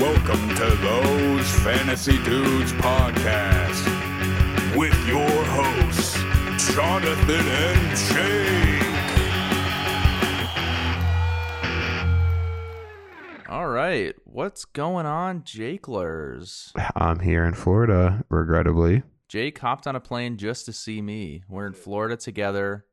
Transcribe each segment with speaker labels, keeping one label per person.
Speaker 1: to Those Fantasy Dudes podcast with your hosts, Jonathan and Jake.
Speaker 2: All right. What's going on, Jakelers?
Speaker 3: I'm here in Florida, regrettably.
Speaker 2: Jake hopped on a plane just to see me. We're in Florida together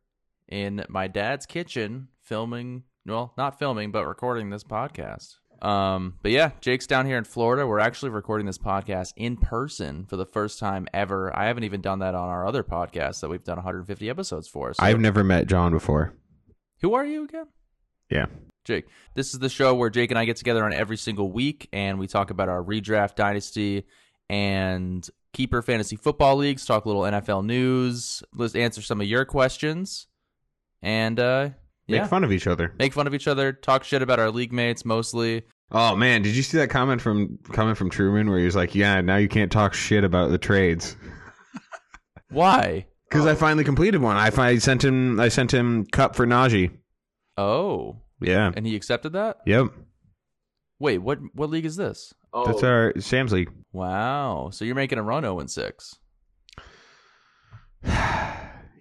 Speaker 2: in my dad's kitchen filming, well, not filming, but recording this podcast. Um, but yeah, Jake's down here in Florida. We're actually recording this podcast in person for the first time ever. I haven't even done that on our other podcast that we've done 150 episodes for. So
Speaker 3: I've never met John before.
Speaker 2: who are you again?
Speaker 3: Yeah.
Speaker 2: Jake. This is the show where Jake and I get together on every single week and we talk about our redraft dynasty and keeper fantasy football leagues, talk a little NFL news, let's answer some of your questions and uh
Speaker 3: Make
Speaker 2: yeah.
Speaker 3: fun of each other.
Speaker 2: Make fun of each other, talk shit about our league mates mostly.
Speaker 3: Oh man, did you see that comment from coming from Truman where he was like, "Yeah, now you can't talk shit about the trades."
Speaker 2: Why?
Speaker 3: Because I finally completed one. I, fi- I sent him. I sent him cup for Najee.
Speaker 2: Oh.
Speaker 3: Yeah.
Speaker 2: And he accepted that?
Speaker 3: Yep.
Speaker 2: Wait, what what league is this? Oh.
Speaker 3: That's our Sam's league.
Speaker 2: Wow. So you're making a run 0 and 6.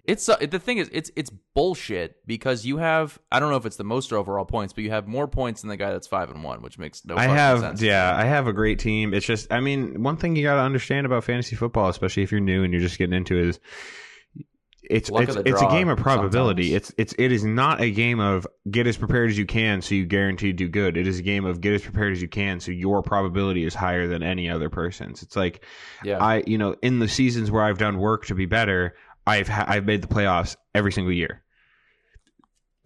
Speaker 2: It's uh, the thing is it's it's bullshit because you have I don't know if it's the most overall points, but you have more points than the guy that's 5 and 1, which makes no
Speaker 3: I
Speaker 2: fucking
Speaker 3: have.
Speaker 2: sense.
Speaker 3: Yeah, I have a great team. It's just, I mean, one thing you got to understand about fantasy football, especially if you're new and you're just getting into it, is it's
Speaker 2: Luck of
Speaker 3: it's,
Speaker 2: the
Speaker 3: it's a
Speaker 2: draw
Speaker 3: game of probability.
Speaker 2: sometimes.
Speaker 3: It's it's it is not a game of get as prepared as you can so you guarantee to do good. It is a game of get as prepared as you can so your probability is higher than any other person's. It's like
Speaker 2: Yeah.
Speaker 3: I, you know, in the seasons where I've done work to be better, I've ha- I've made the playoffs every single year.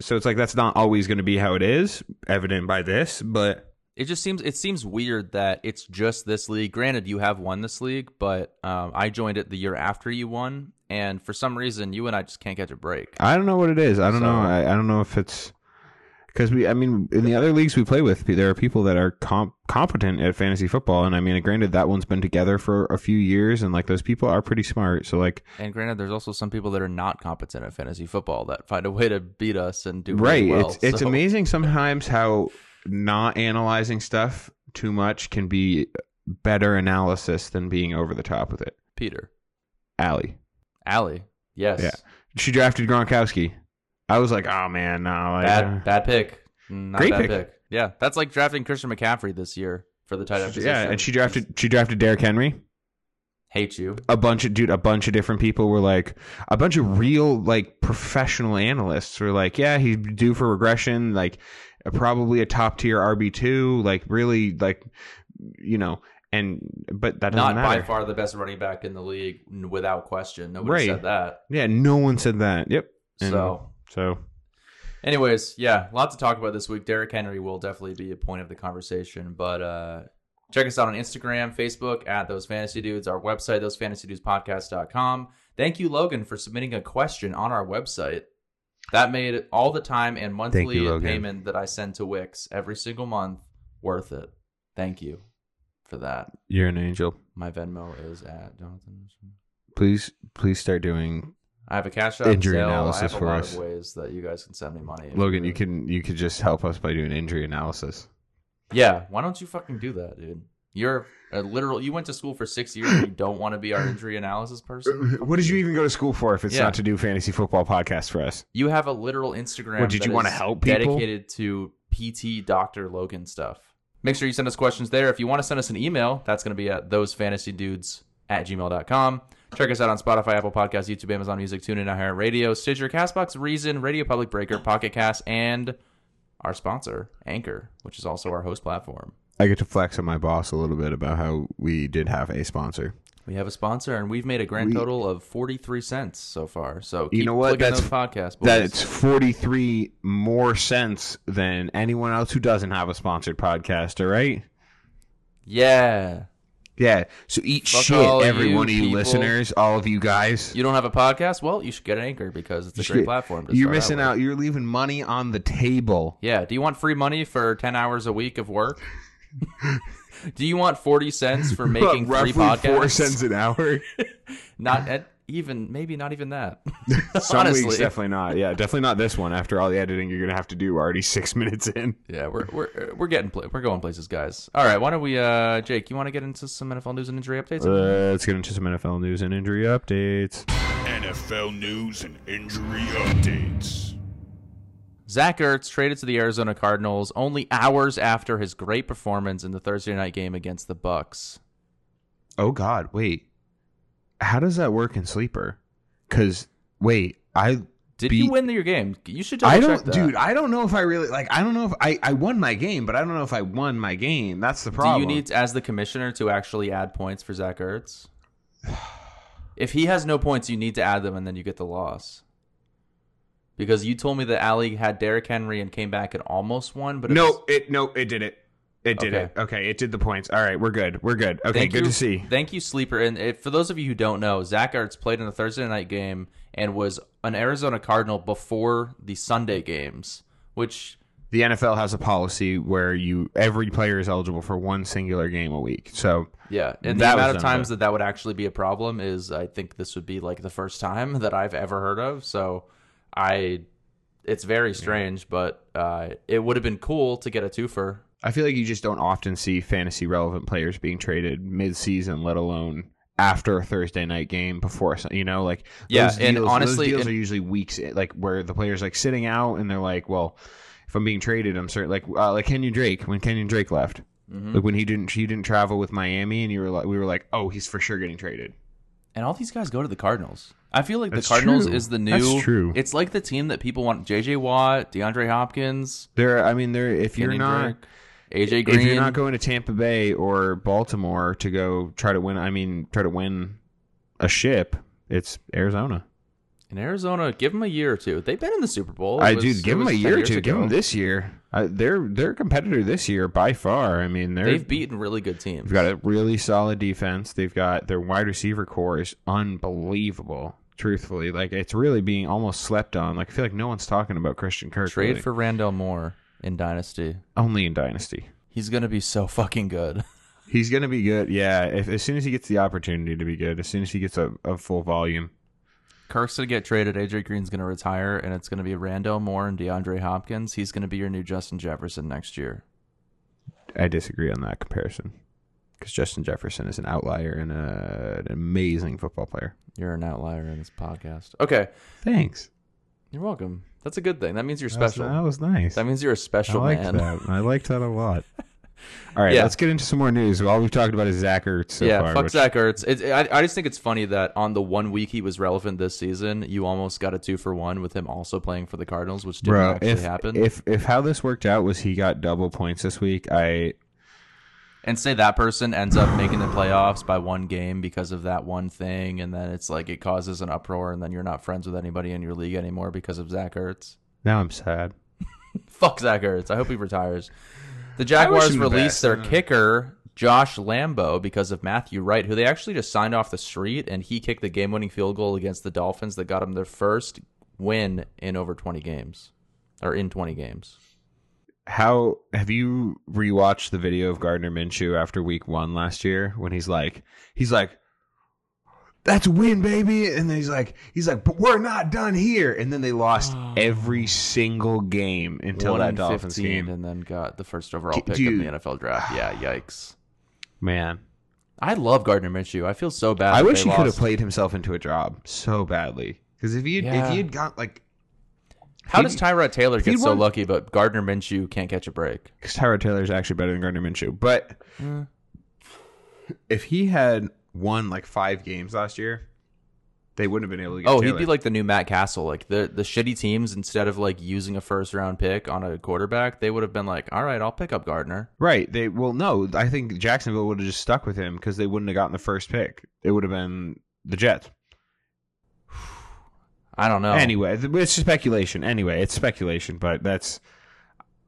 Speaker 3: So it's like that's not always going to be how it is, evident by this, but
Speaker 2: it just seems it seems weird that it's just this league. Granted, you have won this league, but um, I joined it the year after you won, and for some reason, you and I just can't catch a break.
Speaker 3: I don't know what it is. I don't
Speaker 2: So-
Speaker 3: know. I, I don't know if it's because we. I mean, in the other leagues we play with, there are people that are comp- competent at fantasy football, and I mean, granted, that one's been together for a few years, and like those people are pretty smart. So like,
Speaker 2: And granted, there's also some people that are not competent at fantasy football that find a way to beat us and do
Speaker 3: right?
Speaker 2: Really well.
Speaker 3: it's it's
Speaker 2: So-
Speaker 3: amazing sometimes how not analyzing stuff too much can be better analysis than being over the top with it.
Speaker 2: Peter,
Speaker 3: Allie,
Speaker 2: Allie, yes,
Speaker 3: Yeah. she drafted Gronkowski. I was like, oh man, no, like,
Speaker 2: bad bad pick, not
Speaker 3: Great
Speaker 2: bad pick.
Speaker 3: pick.
Speaker 2: Yeah, that's like drafting Christian McCaffrey this year for the tight end.
Speaker 3: uh, yeah,
Speaker 2: position.
Speaker 3: and she drafted she drafted Derrick Henry.
Speaker 2: hate you.
Speaker 3: a bunch of dude, a bunch of different people were like, a bunch of real like professional analysts were like, yeah, he's due for regression, like uh, probably a top tier RB two, like really like you know, and but that
Speaker 2: Not
Speaker 3: doesn't matter.
Speaker 2: by far the best running back in the league, n- without question. Nobody
Speaker 3: Right.
Speaker 2: said that.
Speaker 3: Yeah, no one said that. Yep. And
Speaker 2: So
Speaker 3: so
Speaker 2: Anyways, yeah, a lot to talk about this week. Derrick Henry will definitely be a point of the conversation, but uh, check us out on Instagram, Facebook at Those Fantasy Dudes, our website, thosefantasydudespodcast.com. Thank you, Logan, for submitting a question on our website. That made all the time and monthly
Speaker 3: you, Logan.
Speaker 2: payment that I send to Wix every single month worth it. Thank you for that.
Speaker 3: you're an angel.
Speaker 2: My Venmo is at Jonathan.
Speaker 3: Please, please start doing
Speaker 2: I have a cash out
Speaker 3: Injury
Speaker 2: sale. I
Speaker 3: analysis
Speaker 2: have a
Speaker 3: for
Speaker 2: lot
Speaker 3: us.
Speaker 2: of ways that you guys can send me money. if
Speaker 3: Logan.
Speaker 2: you're-
Speaker 3: You can you could just help us by doing injury analysis.
Speaker 2: Yeah, why don't you fucking do that, dude? You're a literal. You went to school for six years. and You don't want to be our injury analysis person.
Speaker 3: What did you even go to school for if it's
Speaker 2: Yeah.
Speaker 3: not to do fantasy football podcasts for us?
Speaker 2: You have a literal Instagram.
Speaker 3: What, did
Speaker 2: that
Speaker 3: you wanna
Speaker 2: is
Speaker 3: help people?
Speaker 2: Dedicated to PT Doctor Logan stuff. Make sure you send us questions there. If you want to send us an email, that's going to be at thosefantasydudes at gmail.com. Check us out on Spotify, Apple Podcasts, YouTube, Amazon Music, TuneIn, iHeart Radio, Stitcher, CastBox, Reason, Radio Public Breaker, Pocket Cast, and our sponsor, Anchor, which is also our host platform.
Speaker 3: I get to flex on my boss a little bit about how we did have a sponsor.
Speaker 2: We have a sponsor, and we've made a grand
Speaker 3: We-
Speaker 2: total of forty-three cents so far. So keep
Speaker 3: know what?
Speaker 2: plugging
Speaker 3: That's-
Speaker 2: those podcasts. Boys.
Speaker 3: That's 43 more cents than anyone else who doesn't have a sponsored podcast, all right?
Speaker 2: yeah.
Speaker 3: Yeah. So eat
Speaker 2: Fuck all
Speaker 3: shit, every
Speaker 2: you
Speaker 3: one of you
Speaker 2: people.
Speaker 3: listeners, all of you guys.
Speaker 2: You don't have a podcast? Well, you should get an Anchor because it's a great
Speaker 3: should-
Speaker 2: platform. to
Speaker 3: You're
Speaker 2: start
Speaker 3: missing
Speaker 2: with.
Speaker 3: out. You're leaving money on the table.
Speaker 2: Yeah. Do you want free money for ten hours a week of work? Do you want forty cents for making three podcasts?
Speaker 3: an hour.
Speaker 2: Not. At, even maybe not even that.
Speaker 3: Some
Speaker 2: Honestly.
Speaker 3: weeks, definitely not. Yeah, definitely not this one. After all the editing you're gonna have to do, we're already six minutes in.
Speaker 2: Yeah, we're we're we're getting pla- we're going places, guys. All right, why don't we, uh, Jake? You want to get into some NFL news and injury updates?
Speaker 3: Let's get into some NFL news and injury updates.
Speaker 1: NFL news and injury updates.
Speaker 2: Zach Ertz traded to the Arizona Cardinals only hours after his great performance in the Thursday night game against the Bucks.
Speaker 3: Oh God, wait. How does that work in sleeper? Because wait, I
Speaker 2: Did
Speaker 3: Beat-
Speaker 2: you win your game? You should double
Speaker 3: I
Speaker 2: check
Speaker 3: don't,
Speaker 2: that.
Speaker 3: dude. I don't know if I really like. I don't know if I I won my game, but I don't know if I won my game. That's the
Speaker 2: Do
Speaker 3: problem.
Speaker 2: you need as the commissioner to actually add points for Zach Ertz? If he has no points, you need to add them, and then you get the loss. Because you told me that Ali had Derrick Henry and came back and almost won, but it was-
Speaker 3: No, it no, it did it. It did
Speaker 2: Okay.
Speaker 3: it. Okay, it did the points. All right, we're good. We're good. Okay,
Speaker 2: Thank
Speaker 3: good
Speaker 2: you-
Speaker 3: to see.
Speaker 2: Thank you, sleeper. And it, for those of you who don't know, Zach Ertz played in the Thursday night game and was an Arizona Cardinal before the Sunday games, which
Speaker 3: The NFL has a policy where you every player is eligible for one singular game a week. So
Speaker 2: yeah, and
Speaker 3: That
Speaker 2: the
Speaker 3: was
Speaker 2: amount of
Speaker 3: unfair.
Speaker 2: times that that would actually be a problem is, I think this would be like the first time that I've ever heard of. So I, it's very strange, but uh, it would have been cool to get a twofer.
Speaker 3: I feel like you just don't often see fantasy relevant players being traded mid season, let alone after a Thursday night game before a Sun- you know like
Speaker 2: Yeah,
Speaker 3: those
Speaker 2: and
Speaker 3: deals, those
Speaker 2: honestly-
Speaker 3: deals
Speaker 2: and-
Speaker 3: are usually weeks eh, like where the players like sitting out and they're like well if I'm being traded I'm certain like uh, like Kenyon Drake when Kenyon Drake left
Speaker 2: Mm-hmm.
Speaker 3: like when he didn't he didn't travel with Miami and you were like we were like oh he's for sure getting traded
Speaker 2: And all these guys go to the Cardinals. I feel like
Speaker 3: That's
Speaker 2: the Cardinals
Speaker 3: true.
Speaker 2: is the new.
Speaker 3: That's true.
Speaker 2: It's like the team that people want: J.J. Watt, DeAndre Hopkins,
Speaker 3: there I mean there if you're
Speaker 2: Kenyon
Speaker 3: not
Speaker 2: Drake, AJ Green.
Speaker 3: if you're not going to Tampa Bay or Baltimore to go try to win, I mean, try to win a ship, it's Arizona.
Speaker 2: In Arizona, give them a year or two. They've been in the Super Bowl. It
Speaker 3: I
Speaker 2: was-
Speaker 3: dude,
Speaker 2: it
Speaker 3: give them a
Speaker 2: was 10
Speaker 3: year or
Speaker 2: years
Speaker 3: two. Give
Speaker 2: ago.
Speaker 3: them this year. I, they're they're a competitor this year by far. I mean, they're
Speaker 2: They've beaten really good teams.
Speaker 3: they've got a really solid defense. They've got their wide receiver core is unbelievable. Truthfully, like it's really being almost slept on. Like I feel like no one's talking about Christian Kirk.
Speaker 2: Trade
Speaker 3: really.
Speaker 2: for Randall Moore in Dynasty.
Speaker 3: only in Dynasty.
Speaker 2: He's gonna be so fucking good.
Speaker 3: He's gonna be good. Yeah, if, as soon as he gets the opportunity to be good, as soon as he gets a, a full volume.
Speaker 2: Kirk's gonna get traded. AJ Green's gonna retire, and it's gonna be Randall Moore and DeAndre Hopkins. He's gonna be your new Justin Jefferson next year.
Speaker 3: I disagree on that comparison because Justin Jefferson is an outlier and uh an amazing football player.
Speaker 2: You're an outlier in this podcast. Okay,
Speaker 3: Thanks.
Speaker 2: you're welcome. That's a good thing. That means you're
Speaker 3: That was-
Speaker 2: special.
Speaker 3: That was, nice.
Speaker 2: That means you're a
Speaker 3: I
Speaker 2: special
Speaker 3: liked
Speaker 2: man.
Speaker 3: that. I liked that a lot. All right,
Speaker 2: Yeah.
Speaker 3: let's get into some more news. All we've talked about is Zach Ertz so
Speaker 2: yeah,
Speaker 3: far.
Speaker 2: fuck
Speaker 3: which-
Speaker 2: Zach Ertz. It, I, I just think it's funny that on the one week he was relevant this season, you almost got a two for one with him also playing for the Cardinals, which didn't
Speaker 3: Bro,
Speaker 2: actually
Speaker 3: if,
Speaker 2: happen.
Speaker 3: if if how this worked out was he got double points this week, I
Speaker 2: and say that person ends up making the playoffs by one game because of that one thing, and then it's like it causes an uproar, and then you're not friends with anybody in your league anymore because of Zach Ertz.
Speaker 3: now I'm sad.
Speaker 2: Fuck Zach Ertz. I hope he retires. The
Speaker 3: wish
Speaker 2: Jaguars
Speaker 3: him the
Speaker 2: released
Speaker 3: best.
Speaker 2: their kicker, Josh Lambo, because of Matthew Wright, who they actually just signed off the street, and he kicked the game winning field goal against the Dolphins that got him their first win in over 20 games, or in 20 games.
Speaker 3: How have you rewatched the video of Gardner Minshew after week one last year when he's like, he's like, that's a win, baby. And then he's like, he's like, but we're not done here. And then they lost every single game until
Speaker 2: One
Speaker 3: that
Speaker 2: in
Speaker 3: Dolphins
Speaker 2: 15
Speaker 3: game.
Speaker 2: And then got the first overall pick
Speaker 3: dude.
Speaker 2: in the NFL draft. Yeah, yikes.
Speaker 3: Man,
Speaker 2: I love Gardner Minshew. I feel so bad.
Speaker 3: I
Speaker 2: that
Speaker 3: wish
Speaker 2: they
Speaker 3: he could have
Speaker 2: lost.
Speaker 3: played himself into a job so badly. Because if you
Speaker 2: Yeah.
Speaker 3: if he had got like,
Speaker 2: How does Tyrod Taylor
Speaker 3: he
Speaker 2: get so
Speaker 3: won-
Speaker 2: lucky, but Gardner Minshew can't catch a break?
Speaker 3: because Tyrod Taylor is actually better than Gardner Minshew, but
Speaker 2: Mm.
Speaker 3: if he had won like five games last year, they wouldn't have been able to. get
Speaker 2: Oh, he'd
Speaker 3: Taylor.
Speaker 2: be like the new Matt Castle. Like the the shitty teams, instead of like using a first round pick on a quarterback, they would have been like, "All right, I'll pick up Gardner."
Speaker 3: Right. They well, no. I think Jacksonville would have just stuck with him because they wouldn't have gotten the first pick. It would have been the Jets.
Speaker 2: I don't know.
Speaker 3: Anyway, th- it's just speculation. Anyway, it's speculation, but that's.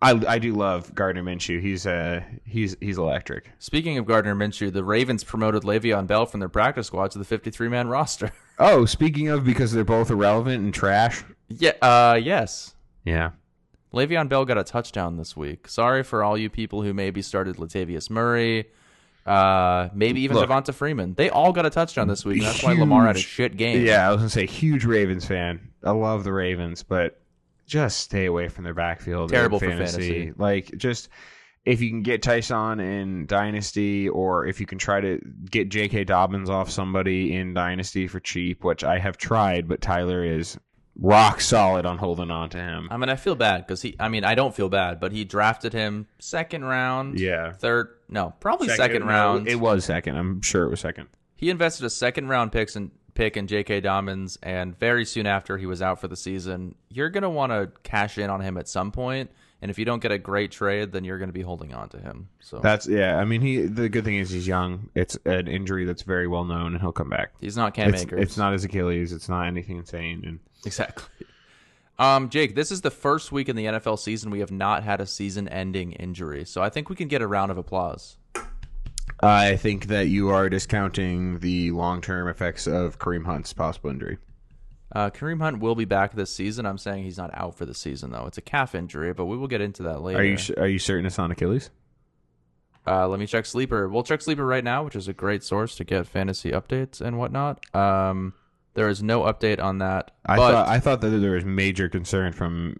Speaker 3: I, I do love Gardner Minshew. He's uh he's he's electric.
Speaker 2: Speaking of Gardner Minshew, the Ravens promoted Le'Veon Bell from their practice squad to the 53 man roster.
Speaker 3: Oh, speaking of, because they're both irrelevant and trash.
Speaker 2: yeah. Uh. Yes.
Speaker 3: Yeah.
Speaker 2: Le'Veon Bell got a touchdown this week. Sorry for all you people who maybe started Latavius Murray, uh, uh, maybe even
Speaker 3: Look.
Speaker 2: Devonta Freeman. They all got a touchdown this week. and That's why Lamar had a
Speaker 3: Huge.
Speaker 2: shit game.
Speaker 3: Yeah, I was gonna say huge Ravens fan. I love the Ravens, but just stay away from their backfield. in
Speaker 2: Terrible for fantasy.
Speaker 3: Like just if you can get Tyson in Dynasty, or if you can try to get J.K. Dobbins off somebody in Dynasty for cheap, which I have tried, but Tyler is rock solid on holding on to him.
Speaker 2: I mean, I feel bad because he. I mean, I don't feel bad, but he drafted him second round.
Speaker 3: Yeah.
Speaker 2: Third, no, probably second, round.
Speaker 3: It was second. I'm sure it was second.
Speaker 2: he invested a second round picks and pick in J.K. Dobbins, and very soon after he was out for the season, you're gonna want to cash in on him at some point, And if you don't get a great trade, then you're gonna be holding on to him. So
Speaker 3: That's yeah. I mean, he. The good thing is he's young. It's an injury that's very well known, and he'll come back.
Speaker 2: he's not Cam
Speaker 3: It's,
Speaker 2: Akers.
Speaker 3: it's not his Achilles. It's not anything insane. And
Speaker 2: exactly. Um, Jake, this is the first week in the NFL season we have not had a season-ending injury, so I think we can get a round of applause.
Speaker 3: I think that you are discounting the long term effects of Kareem Hunt's possible injury.
Speaker 2: Uh, Kareem Hunt will be back this season. I'm saying he's not out for the season though. It's a calf injury, but we will get into that later.
Speaker 3: Are you are you certain it's not Achilles?
Speaker 2: uh, let me check Sleeper. We'll check Sleeper right now, which is a great source to get fantasy updates and whatnot. Um, there is no update on that.
Speaker 3: I
Speaker 2: but,
Speaker 3: thought I thought that there was major concern from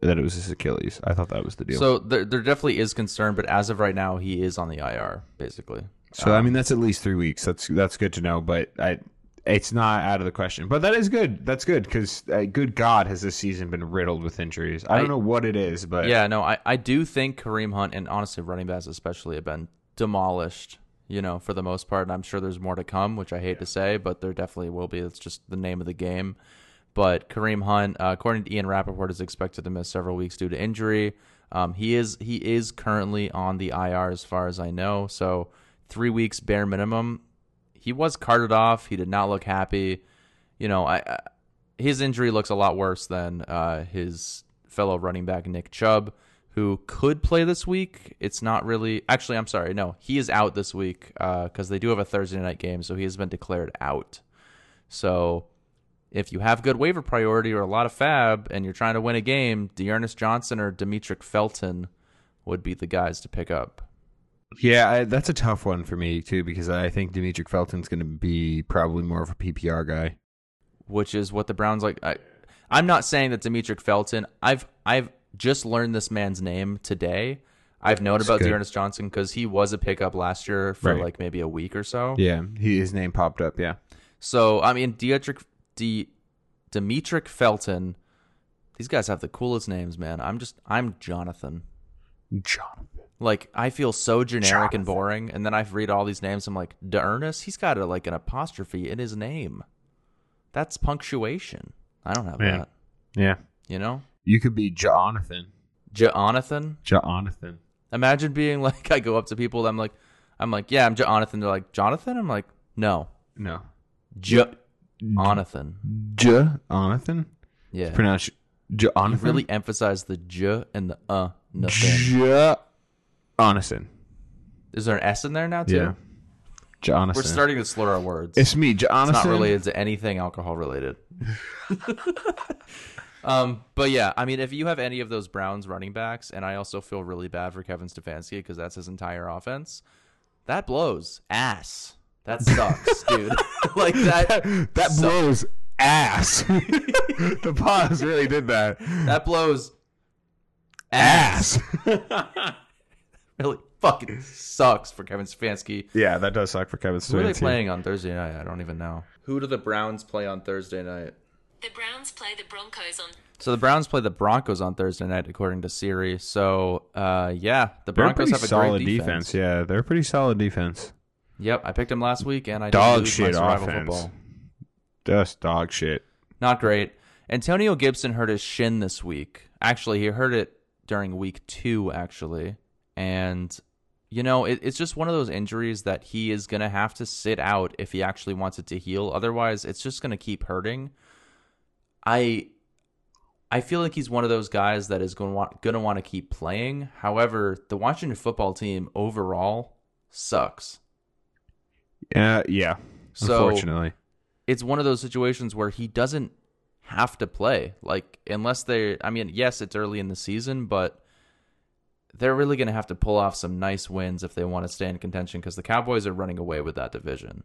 Speaker 3: that it was his Achilles. I thought that was the deal. So,
Speaker 2: so there, there definitely is concern, but as of right now, he is on the IR basically.
Speaker 3: I mean that's at least three weeks. That's that's good to know. But I, it's not out of the question. But that is good. That's good because uh, good God has this season been riddled with injuries. I don't
Speaker 2: I-
Speaker 3: know what it is, but
Speaker 2: Yeah, no, I, I do think Kareem Hunt and honestly running backs especially have been demolished, you know, for the most part. And I'm sure there's more to come, which I hate to say, but there definitely will be. It's just the name of the game. But Kareem Hunt, uh, according to Ian Rappaport, is expected to miss several weeks due to injury. Um, he is he is currently on the IR as far as I know, so three weeks bare minimum. He was carted off. He did not look happy. You know, I, I his injury looks a lot worse than uh, his fellow running back Nick Chubb, who could play this week. It's not really. Actually, I'm sorry. No, he is out this week because they do have a Thursday night game, so he has been declared out. So if you have good waiver priority or a lot of fab and you're trying to win a game, Dearness Johnson or Demetric Felton would be the guys to pick up.
Speaker 3: Yeah, I, that's a tough one for me too because I think Demetric Felton's going to be probably more of a PPR guy.
Speaker 2: which is what the Browns like. I, I'm not saying that Demetric Felton. I've I've just learned this man's name today. I've known about
Speaker 3: good.
Speaker 2: Dearness Johnson because he was a pickup last year for
Speaker 3: Right.
Speaker 2: like maybe a week or so.
Speaker 3: Yeah, he, his name popped up. Yeah,
Speaker 2: So I mean, Dietrich, De, Demetric Felton. These guys have the coolest names, man. I'm just I'm Jonathan.
Speaker 3: John.
Speaker 2: Like I feel so generic and boring, and then I read all these names. I'm like, Dearness. He's got a, like an apostrophe in his name. That's punctuation. I don't have
Speaker 3: Yeah.
Speaker 2: that.
Speaker 3: Yeah,
Speaker 2: You know,
Speaker 3: you could be Jonathan.
Speaker 2: Jonathan.
Speaker 3: Jonathan.
Speaker 2: Imagine being like, I go up to people, I'm like, I'm like, yeah, I'm Jonathan. They're like, Jonathan. I'm like, no,
Speaker 3: No,
Speaker 2: Jonathan.
Speaker 3: Jonathan.
Speaker 2: Yeah,
Speaker 3: Pronounced
Speaker 2: You
Speaker 3: Jonathan.
Speaker 2: really emphasize the J and the uh. Nothing.
Speaker 3: Jonathan.
Speaker 2: Is there an S in there now too?
Speaker 3: Yeah, Jonathan.
Speaker 2: We're starting to slur our words.
Speaker 3: It's me,
Speaker 2: It's
Speaker 3: Jonathan.
Speaker 2: not related to anything alcohol related. um, but yeah, I mean, if you have any of those Browns running backs, and I also feel really bad for Kevin Stefanski because that's his entire offense. That blows ass. That sucks, dude. like that.
Speaker 3: that blows ass. the pause really did that.
Speaker 2: That blows
Speaker 3: Ass.
Speaker 2: really fucking sucks for Kevin Stefanski.
Speaker 3: yeah, that does suck for Kevin Stefanski.
Speaker 2: Who are they playing on Thursday night? I don't even know. Who do the Browns play on Thursday night?
Speaker 4: The Browns play the Broncos on
Speaker 2: So the Browns play the Broncos on Thursday night, according to Siri. So uh, yeah, the
Speaker 3: They're a
Speaker 2: Broncos
Speaker 3: pretty
Speaker 2: have a
Speaker 3: solid
Speaker 2: great
Speaker 3: defense. Yeah, they're a pretty solid defense.
Speaker 2: Yep, I picked him last week, and I didn't
Speaker 3: Dog
Speaker 2: lose my
Speaker 3: shit
Speaker 2: survival
Speaker 3: offense.
Speaker 2: football.
Speaker 3: Just dog shit.
Speaker 2: Not great. Antonio Gibson hurt his shin this week. Actually, he hurt it during week two, actually. And, you know, it, it's just one of those injuries that he is going to have to sit out if he actually wants it to heal. Otherwise, it's just going to keep hurting. I. I feel like he's one of those guys that is going to want, going to want to keep playing. However, the Washington football team overall sucks.
Speaker 3: Yeah, yeah.
Speaker 2: So-
Speaker 3: unfortunately,
Speaker 2: it's one of those situations where he doesn't have to play. Like unless they I mean, yes, it's early in the season, but they're really going to have to pull off some nice wins if they want to stay in contention because the Cowboys are running away with that division.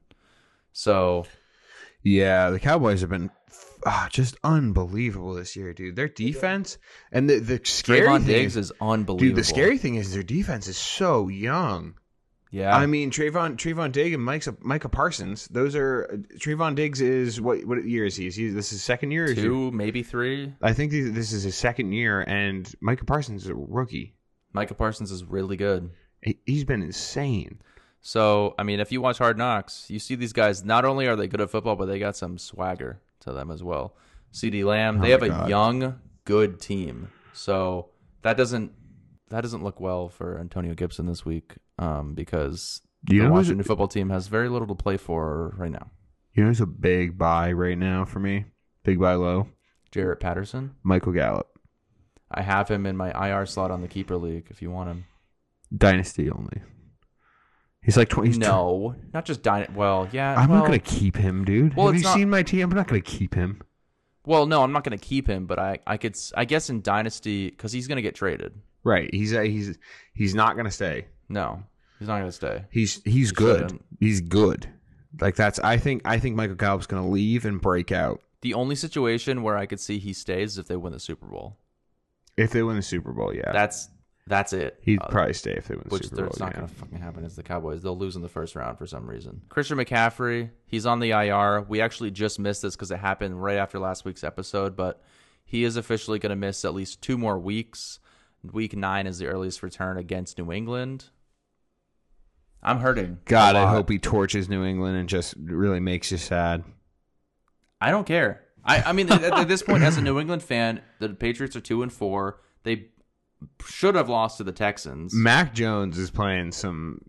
Speaker 2: So
Speaker 3: Yeah, the Cowboys have been ah, just unbelievable this year, dude. Their defense and the the scary
Speaker 2: Trayvon
Speaker 3: thing
Speaker 2: Diggs
Speaker 3: is,
Speaker 2: is unbelievable.
Speaker 3: dude. The scary thing is their defense is so young.
Speaker 2: yeah.
Speaker 3: I mean, Trayvon Trayvon Diggs and Mike's, Micah Parsons. Those are Trayvon Diggs is what what year is he? Is he this is his second year? or is he-
Speaker 2: two, maybe three.
Speaker 3: I think th- this is his second year, and Micah Parsons is a rookie.
Speaker 2: Micah Parsons is really good.
Speaker 3: He- He's been insane.
Speaker 2: So I mean, if you watch Hard Knocks, you see these guys. Not only are they good at football, but they got some swagger to them as well. C.D. Lamb, they
Speaker 3: Oh
Speaker 2: have
Speaker 3: my
Speaker 2: a
Speaker 3: God.
Speaker 2: young, good team. So that doesn't that doesn't look well for Antonio Gibson this week um, because the
Speaker 3: You know who's-
Speaker 2: Washington football team has very little to play for right now.
Speaker 3: You know, it's a big buy right now for me. Big buy low.
Speaker 2: Jarrett Patterson,
Speaker 3: Michael Gallup,
Speaker 2: I have him in my IR slot on the keeper league. If you want him,
Speaker 3: dynasty only. He's like twenty. he's tw-
Speaker 2: no, not just dine. Well, yeah,
Speaker 3: I'm
Speaker 2: well,
Speaker 3: not gonna keep him, dude.
Speaker 2: well,
Speaker 3: Have
Speaker 2: it's
Speaker 3: you
Speaker 2: not-
Speaker 3: seen my team? I'm not gonna keep him.
Speaker 2: Well, no, I'm not going to keep him, but I, I could, s- I guess in dynasty because he's going to get traded.
Speaker 3: Right. He's uh, he's he's not gonna stay.
Speaker 2: No, he's not going to stay.
Speaker 3: He's he's good.
Speaker 2: shouldn't.
Speaker 3: He's good. Like that's I think I think Michael Gallup's gonna leave and break out
Speaker 2: The only situation where I could see he stays is if they win the Super Bowl.
Speaker 3: if they win the Super Bowl. Yeah,
Speaker 2: That's that's it.
Speaker 3: he'd
Speaker 2: Uh,
Speaker 3: probably stay if they win the
Speaker 2: which
Speaker 3: Super
Speaker 2: there's
Speaker 3: Bowl.
Speaker 2: not
Speaker 3: yeah.
Speaker 2: going to fucking happen is the Cowboys. They'll lose in the first round for some reason. Christian McCaffrey, he's on the IR. We actually just missed this because it happened right after last week's episode, but he is officially going to miss at least two more weeks. Week nine is the earliest return against New England. I'm hurting. a
Speaker 3: God, I
Speaker 2: lot.
Speaker 3: hope he torches New England and just really makes you sad.
Speaker 2: I don't care. I, I mean, at, at this point, as a New England fan, the Patriots are two and four. They should have lost to the Texans.
Speaker 3: Mac Jones is playing some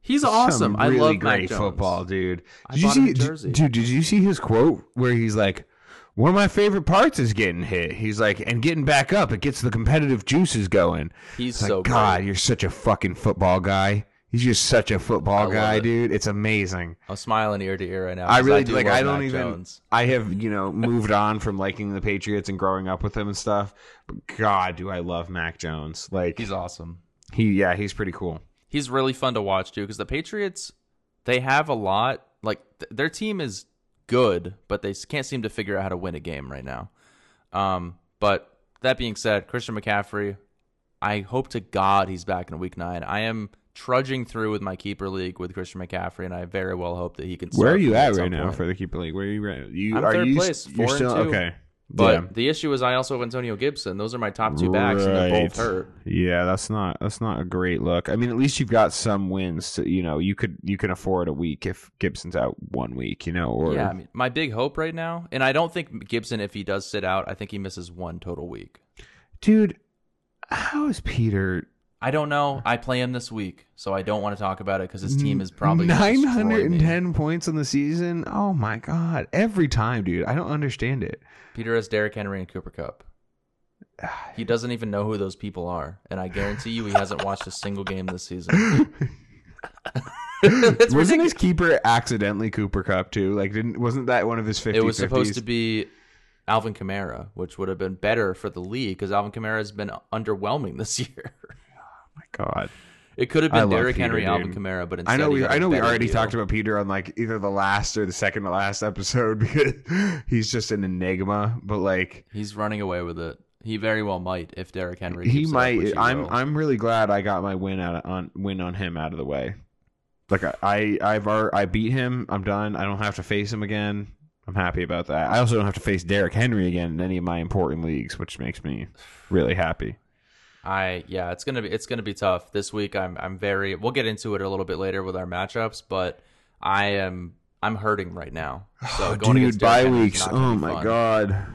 Speaker 2: He's
Speaker 3: some
Speaker 2: awesome. I
Speaker 3: really
Speaker 2: love Mac
Speaker 3: great
Speaker 2: Jones.
Speaker 3: football, dude.
Speaker 2: I
Speaker 3: Did you
Speaker 2: bought him
Speaker 3: see,
Speaker 2: a jersey.
Speaker 3: d- dude? Did you see his quote where he's like, "One of my favorite parts is getting hit." He's like, "And getting back up, it gets the competitive juices going."
Speaker 2: He's
Speaker 3: It's like,
Speaker 2: so
Speaker 3: God,
Speaker 2: great.
Speaker 3: you're such a fucking football guy. He's just such a
Speaker 2: I
Speaker 3: football
Speaker 2: love
Speaker 3: guy,
Speaker 2: it.
Speaker 3: dude. It's amazing.
Speaker 2: I'm smiling ear to ear right now.
Speaker 3: I
Speaker 2: 'cause
Speaker 3: really
Speaker 2: do
Speaker 3: like.
Speaker 2: love
Speaker 3: I don't
Speaker 2: Mac
Speaker 3: even.
Speaker 2: Jones.
Speaker 3: I have you know moved on from liking the Patriots and growing up with them and stuff. But God, do I love Mac Jones? Like
Speaker 2: He's awesome.
Speaker 3: he, yeah, he's pretty cool.
Speaker 2: He's really fun to watch too because the Patriots, they have a lot. Like th- their team is good, but they s- can't seem to figure out how to win a game right now. Um, but that being said, Christian McCaffrey, I hope to God he's back in Week Nine. I am trudging through with my keeper league with Christian McCaffrey, and I very well hope that he can.
Speaker 3: Where
Speaker 2: start
Speaker 3: are you
Speaker 2: for me
Speaker 3: at
Speaker 2: some
Speaker 3: right now
Speaker 2: point.
Speaker 3: for the keeper league? Where are you? At? You
Speaker 2: I'm
Speaker 3: are
Speaker 2: third
Speaker 3: you,
Speaker 2: place,
Speaker 3: you're
Speaker 2: four and
Speaker 3: still
Speaker 2: two.
Speaker 3: okay.
Speaker 2: But
Speaker 3: yeah.
Speaker 2: the issue is, I also have Antonio Gibson. Those are my top two backs, and they're both
Speaker 3: Right.
Speaker 2: hurt.
Speaker 3: Yeah, that's not that's not a great look. I mean, at least you've got some wins. To, you know, you could you can afford a week if Gibson's out one week. You know, or
Speaker 2: Yeah, I mean, my big hope right now, and I don't think Gibson, if he does sit out, I think he misses one total week.
Speaker 3: dude, how is Peter
Speaker 2: I don't know. I play him this week, so I don't want to talk about it because his team is probably gonna
Speaker 3: nine
Speaker 2: destroy
Speaker 3: hundred and
Speaker 2: me.
Speaker 3: ten points on the season? Oh my god, every time, dude. I don't understand it.
Speaker 2: Peter has Derrick Henry and Cooper Cup. He doesn't even know who those people are, and I guarantee you, he hasn't watched a single game this season. That's
Speaker 3: wasn't
Speaker 2: ridiculous.
Speaker 3: his keeper accidentally Cooper Cup too? Like, didn't wasn't that one of his fifty?
Speaker 2: It was supposed to be Alvin Kamara, which would have been better for the league because Alvin Kamara has been underwhelming this year.
Speaker 3: God.
Speaker 2: It could have
Speaker 3: I
Speaker 2: been
Speaker 3: love
Speaker 2: Derrick
Speaker 3: Peter,
Speaker 2: Henry,
Speaker 3: dude.
Speaker 2: Alvin Kamara, but instead
Speaker 3: I know
Speaker 2: he
Speaker 3: we
Speaker 2: got
Speaker 3: I
Speaker 2: a
Speaker 3: know we
Speaker 2: better
Speaker 3: already
Speaker 2: deal.
Speaker 3: talked about Peter on like either the last or the second to last episode because he's just an enigma, but like
Speaker 2: He's running away with it. He very well might if Derrick Henry.
Speaker 3: he
Speaker 2: keeps it up,
Speaker 3: might
Speaker 2: which he
Speaker 3: I'm
Speaker 2: will.
Speaker 3: I'm really glad I got my win out of, on win on him out of the way. Like I, I I've already, I beat him. I'm done. I don't have to face him again. I'm happy about that. I also don't have to face Derrick Henry again in any of my important leagues, which makes me really happy.
Speaker 2: I yeah, it's gonna be it's gonna be tough this week. I'm I'm very. We'll get into it a little bit later with our matchups, but I am I'm hurting right now. So going against
Speaker 3: Dude,
Speaker 2: Derrick
Speaker 3: bye
Speaker 2: Henry is
Speaker 3: weeks.
Speaker 2: not gonna
Speaker 3: Oh
Speaker 2: be
Speaker 3: my
Speaker 2: fun.
Speaker 3: god.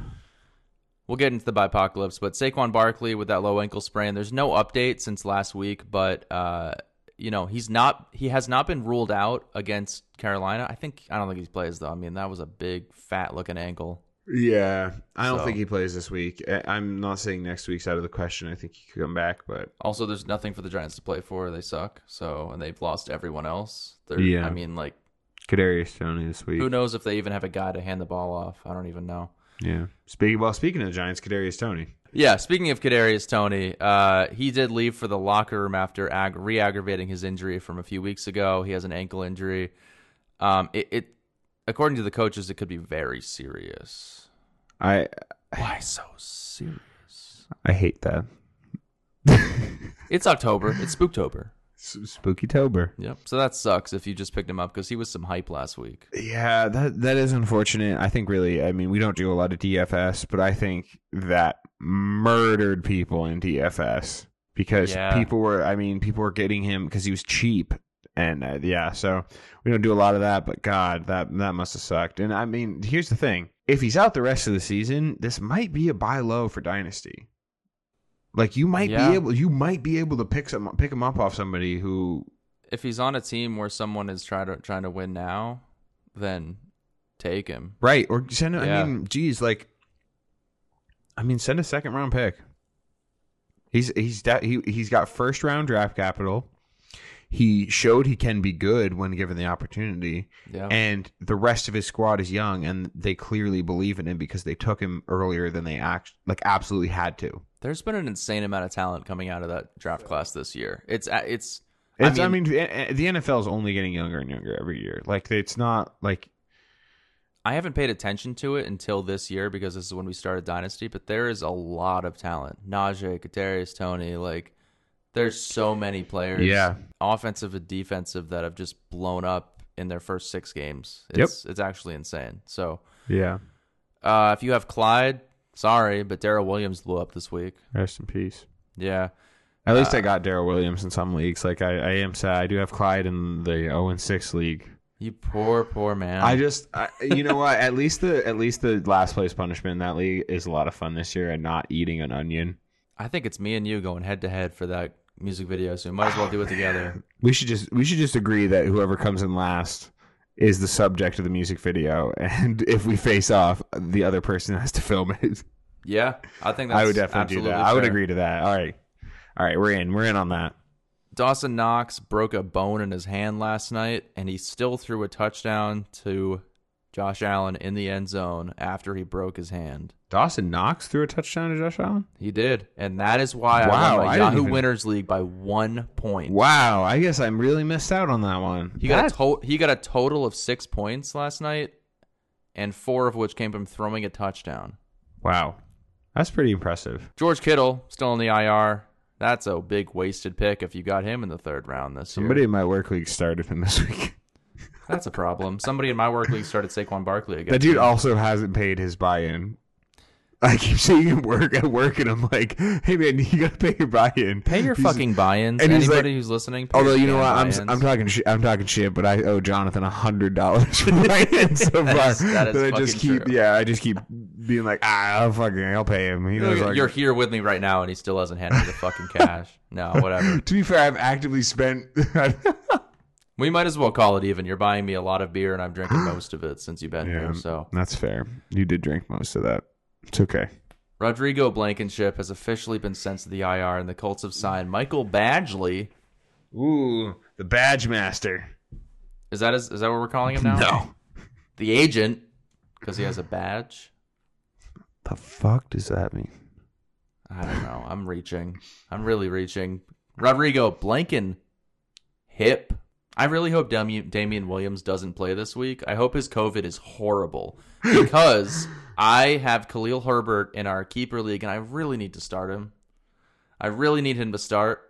Speaker 2: We'll get into the bipocalypse, but Saquon Barkley with that low ankle sprain. There's no update since last week, but uh, you know he's not he has not been ruled out against Carolina. I think I don't think he plays though. I mean that was a big fat looking ankle.
Speaker 3: Yeah, I don't
Speaker 2: So-
Speaker 3: think he plays this week. I- I'm not saying next week's out of the question. I think he could come back, but
Speaker 2: Also, there's nothing for the Giants to play for. They suck. So and they've lost everyone else. They're,
Speaker 3: Yeah.
Speaker 2: I mean like
Speaker 3: Kadarius Tony this week.
Speaker 2: who knows if they even have a guy to hand the ball off. I don't even know.
Speaker 3: Yeah. Speaking well, speaking of the Giants, Kadarius Tony.
Speaker 2: Yeah, speaking of Kadarius Tony, uh, he did leave for the locker room after ag- re-aggravating his injury from a few weeks ago. He has an ankle injury. Um, it, it, according to the coaches, it could be very serious.
Speaker 3: I
Speaker 2: Why so serious?
Speaker 3: I hate that.
Speaker 2: It's October. It's Spooktober.
Speaker 3: S- Spooky Tober.
Speaker 2: Yep. So that sucks if you just picked him up because he was some hype last week.
Speaker 3: Yeah, that that is unfortunate. I think really, I mean, we don't do a lot of DFS, but I think that murdered people in DFS because
Speaker 2: Yeah.
Speaker 3: people were, I mean, people were getting him because he was cheap, and uh, yeah, so we don't do a lot of that. But God, that that must have sucked. And I mean, here's the thing: if he's out the rest of the season, this might be a buy low for Dynasty. Like you might
Speaker 2: Yeah.
Speaker 3: be able, you might be able to pick some pick him up off somebody who
Speaker 2: If he's on a team where someone is trying to trying to win now, then take him.
Speaker 3: Right. Or send
Speaker 2: Yeah.
Speaker 3: I mean, geez, like I mean, send a second round pick. He's he's da- he he's got first round draft capital. He showed he can be good when given the opportunity.
Speaker 2: Yeah.
Speaker 3: And the rest of his squad is young and they clearly believe in him because they took him earlier than they act like absolutely had to.
Speaker 2: There's been an insane amount of talent coming out of that draft class this year. It's a- it's
Speaker 3: It's,
Speaker 2: I
Speaker 3: I mean, the eh, the NFL is only getting younger and younger every year. Like it's not like
Speaker 2: I haven't paid attention to it until this year because this is when we started Dynasty, but there is a lot of talent. Najee, Kadarius Tony, like there's so many players.
Speaker 3: Yeah.
Speaker 2: Offensive and defensive that have just blown up in their first six games. It's it's actually insane. So
Speaker 3: yeah.
Speaker 2: uh, if you have Clyde, sorry, but Daryl Williams blew up this week.
Speaker 3: Rest in peace.
Speaker 2: Yeah.
Speaker 3: At least I got Daryl Williams in some leagues. Like I, I am sad. I do have Clyde in the 0 and 6 league.
Speaker 2: You poor, poor man.
Speaker 3: I just, I, you know what? At least the at least the last place punishment in that league is a lot of fun this year. And not eating an onion.
Speaker 2: I think it's me and you going head to head for that music video, so we might as well do it together.
Speaker 3: We should just we should just agree that whoever comes in last is the subject of the music video, and if we face off, the other person has to film it.
Speaker 2: Yeah, I think that's
Speaker 3: I would definitely do
Speaker 2: absolutely
Speaker 3: that. I would
Speaker 2: fair.
Speaker 3: agree to that. All right, all right, we're in. We're in on that.
Speaker 2: Dawson Knox broke a bone in his hand last night, and he still threw a touchdown to Josh Allen in the end zone after he broke his hand.
Speaker 3: Dawson Knox threw a touchdown to Josh Allen.
Speaker 2: He did, and that is why I
Speaker 3: Wow,
Speaker 2: won my
Speaker 3: I didn't
Speaker 2: Yahoo
Speaker 3: even-
Speaker 2: Winners League by one point.
Speaker 3: Wow, I guess I really missed out on that one.
Speaker 2: He got a to- he got a total of six points last night, and four of which came from throwing a touchdown.
Speaker 3: Wow. That's pretty impressive.
Speaker 2: George Kittle still in the IR. That's a big wasted pick if you got him in the third round this
Speaker 3: Somebody
Speaker 2: year.
Speaker 3: in my work league started him this week.
Speaker 2: That's a problem. Somebody in my work league started Saquon Barkley again.
Speaker 3: That dude also hasn't paid his buy-in. I keep seeing him work at work, and I'm like, "Hey man, you gotta pay your buy-in.
Speaker 2: Pay your
Speaker 3: He's-
Speaker 2: fucking buy-ins.
Speaker 3: and he's
Speaker 2: Anybody
Speaker 3: like-
Speaker 2: who's listening. pay
Speaker 3: Although
Speaker 2: your
Speaker 3: you know what,
Speaker 2: damn
Speaker 3: I'm
Speaker 2: buy-ins.
Speaker 3: I'm talking shit. I'm talking shit, but I owe Jonathan a hundred dollars for buy-in so far.
Speaker 2: That is- that is
Speaker 3: I just
Speaker 2: fucking
Speaker 3: keep,
Speaker 2: true.
Speaker 3: yeah, I just keep being like, ah, I'll fucking, I'll pay him. He knows
Speaker 2: You're,
Speaker 3: like,
Speaker 2: you're here with me right now, and he still hasn't handed me the fucking cash. No, whatever.
Speaker 3: to be fair, I've actively spent.
Speaker 2: We might as well call it even. You're buying me a lot of beer, and I'm drinking most of it since you've been here. So
Speaker 3: that's fair. You did drink most of that. It's okay.
Speaker 2: Rodrigo Blankenship has officially been sent to the IR, and the Colts have signed Michael Badgley.
Speaker 3: Ooh, the badge master.
Speaker 2: Is that is, is that what we're calling him now? the agent because he has a badge.
Speaker 3: The fuck does that mean?
Speaker 2: I don't know. I'm reaching. I'm really reaching. Rodrigo Blanken hip. I really hope Dami- Damian Williams doesn't play this week. I hope his COVID is horrible because I have Khalil Herbert in our keeper league and I really need to start him. I really need him to start.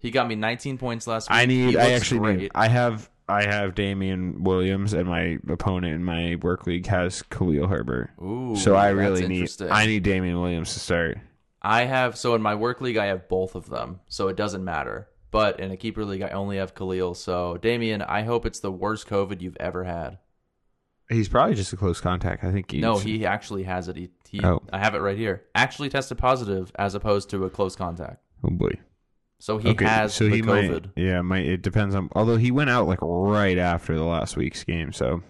Speaker 2: He got me 19 points last week.
Speaker 3: I
Speaker 2: He
Speaker 3: need. I
Speaker 2: looks
Speaker 3: actually
Speaker 2: great.
Speaker 3: need. I have. I have Damian Williams, and my opponent in my work league has Khalil Herbert.
Speaker 2: Ooh,
Speaker 3: so I
Speaker 2: that's
Speaker 3: really need.
Speaker 2: interesting.
Speaker 3: I need Damian Williams to start.
Speaker 2: I have so in my work league I have both of them, so it doesn't matter. But in a keeper league I only have Khalil. So Damien, I hope it's the worst COVID you've ever had.
Speaker 3: He's probably just a close contact. I think he's
Speaker 2: No, he actually has it. He, he
Speaker 3: Oh.
Speaker 2: I have it right here. Actually tested positive as opposed to a close contact.
Speaker 3: Oh boy.
Speaker 2: So he has the
Speaker 3: might-
Speaker 2: COVID.
Speaker 3: yeah, might. It depends on. Although he went out like right after the last week's game, so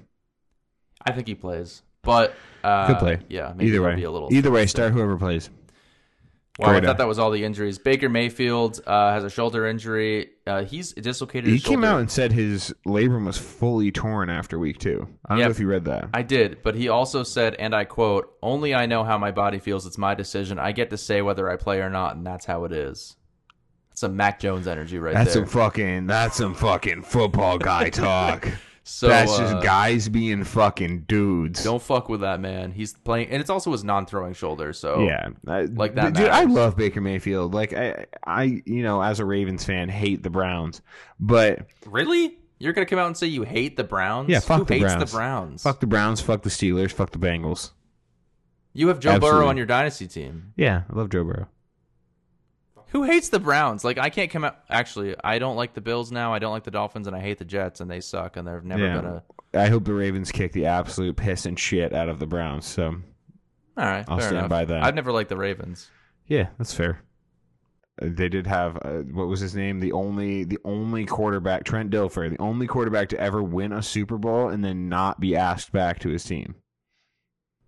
Speaker 2: I think he plays. But uh
Speaker 3: could play.
Speaker 2: yeah, maybe
Speaker 3: either
Speaker 2: he'll
Speaker 3: way.
Speaker 2: be a little
Speaker 3: either way, start whoever plays.
Speaker 2: Wow, I
Speaker 3: Great, uh,
Speaker 2: thought that was all the injuries. Baker Mayfield uh, has a shoulder injury. Uh, he's dislocated.
Speaker 3: He
Speaker 2: his
Speaker 3: came
Speaker 2: shoulder.
Speaker 3: out and said his labrum was fully torn after week two. I don't
Speaker 2: Yeah.
Speaker 3: know if you read that.
Speaker 2: I did, but he also said, and I quote, "Only I know how my body feels. It's my decision. I get to say whether I play or not, and that's how it is." That's some Mac Jones energy right
Speaker 3: that's
Speaker 2: there.
Speaker 3: some fucking. That's some fucking football guy talk.
Speaker 2: so
Speaker 3: that's just
Speaker 2: uh,
Speaker 3: guys being fucking dudes.
Speaker 2: Don't fuck with that man. He's playing, and it's also his non-throwing shoulder. So
Speaker 3: yeah, I-
Speaker 2: Like that
Speaker 3: Dude, I
Speaker 2: matters.
Speaker 3: love Baker Mayfield. Like I, I, you know, as a Ravens fan, hate the Browns, but
Speaker 2: really, you're gonna come out and say you hate the Browns?
Speaker 3: Yeah, fuck
Speaker 2: Who
Speaker 3: the
Speaker 2: hates
Speaker 3: Browns.
Speaker 2: the Browns?
Speaker 3: fuck the Browns, fuck the Steelers, fuck the Bengals.
Speaker 2: You have Joe Burrow
Speaker 3: Absolutely.
Speaker 2: on your dynasty team.
Speaker 3: Yeah, I love Joe Burrow.
Speaker 2: Who hates the Browns? Like I can't come out. Actually, I don't like the Bills now. I don't like the Dolphins, and I hate the Jets, and they suck, and they're never
Speaker 3: Yeah.
Speaker 2: gonna.
Speaker 3: I hope the Ravens kick the absolute piss and shit out of the Browns. So
Speaker 2: All right,
Speaker 3: I'll
Speaker 2: fair
Speaker 3: stand
Speaker 2: enough.
Speaker 3: by that.
Speaker 2: I've never liked the Ravens.
Speaker 3: yeah, that's fair. Uh, They did have uh, what was his name? The only the only quarterback Trent Dilfer, the only quarterback to ever win a Super Bowl and then not be asked back to his team.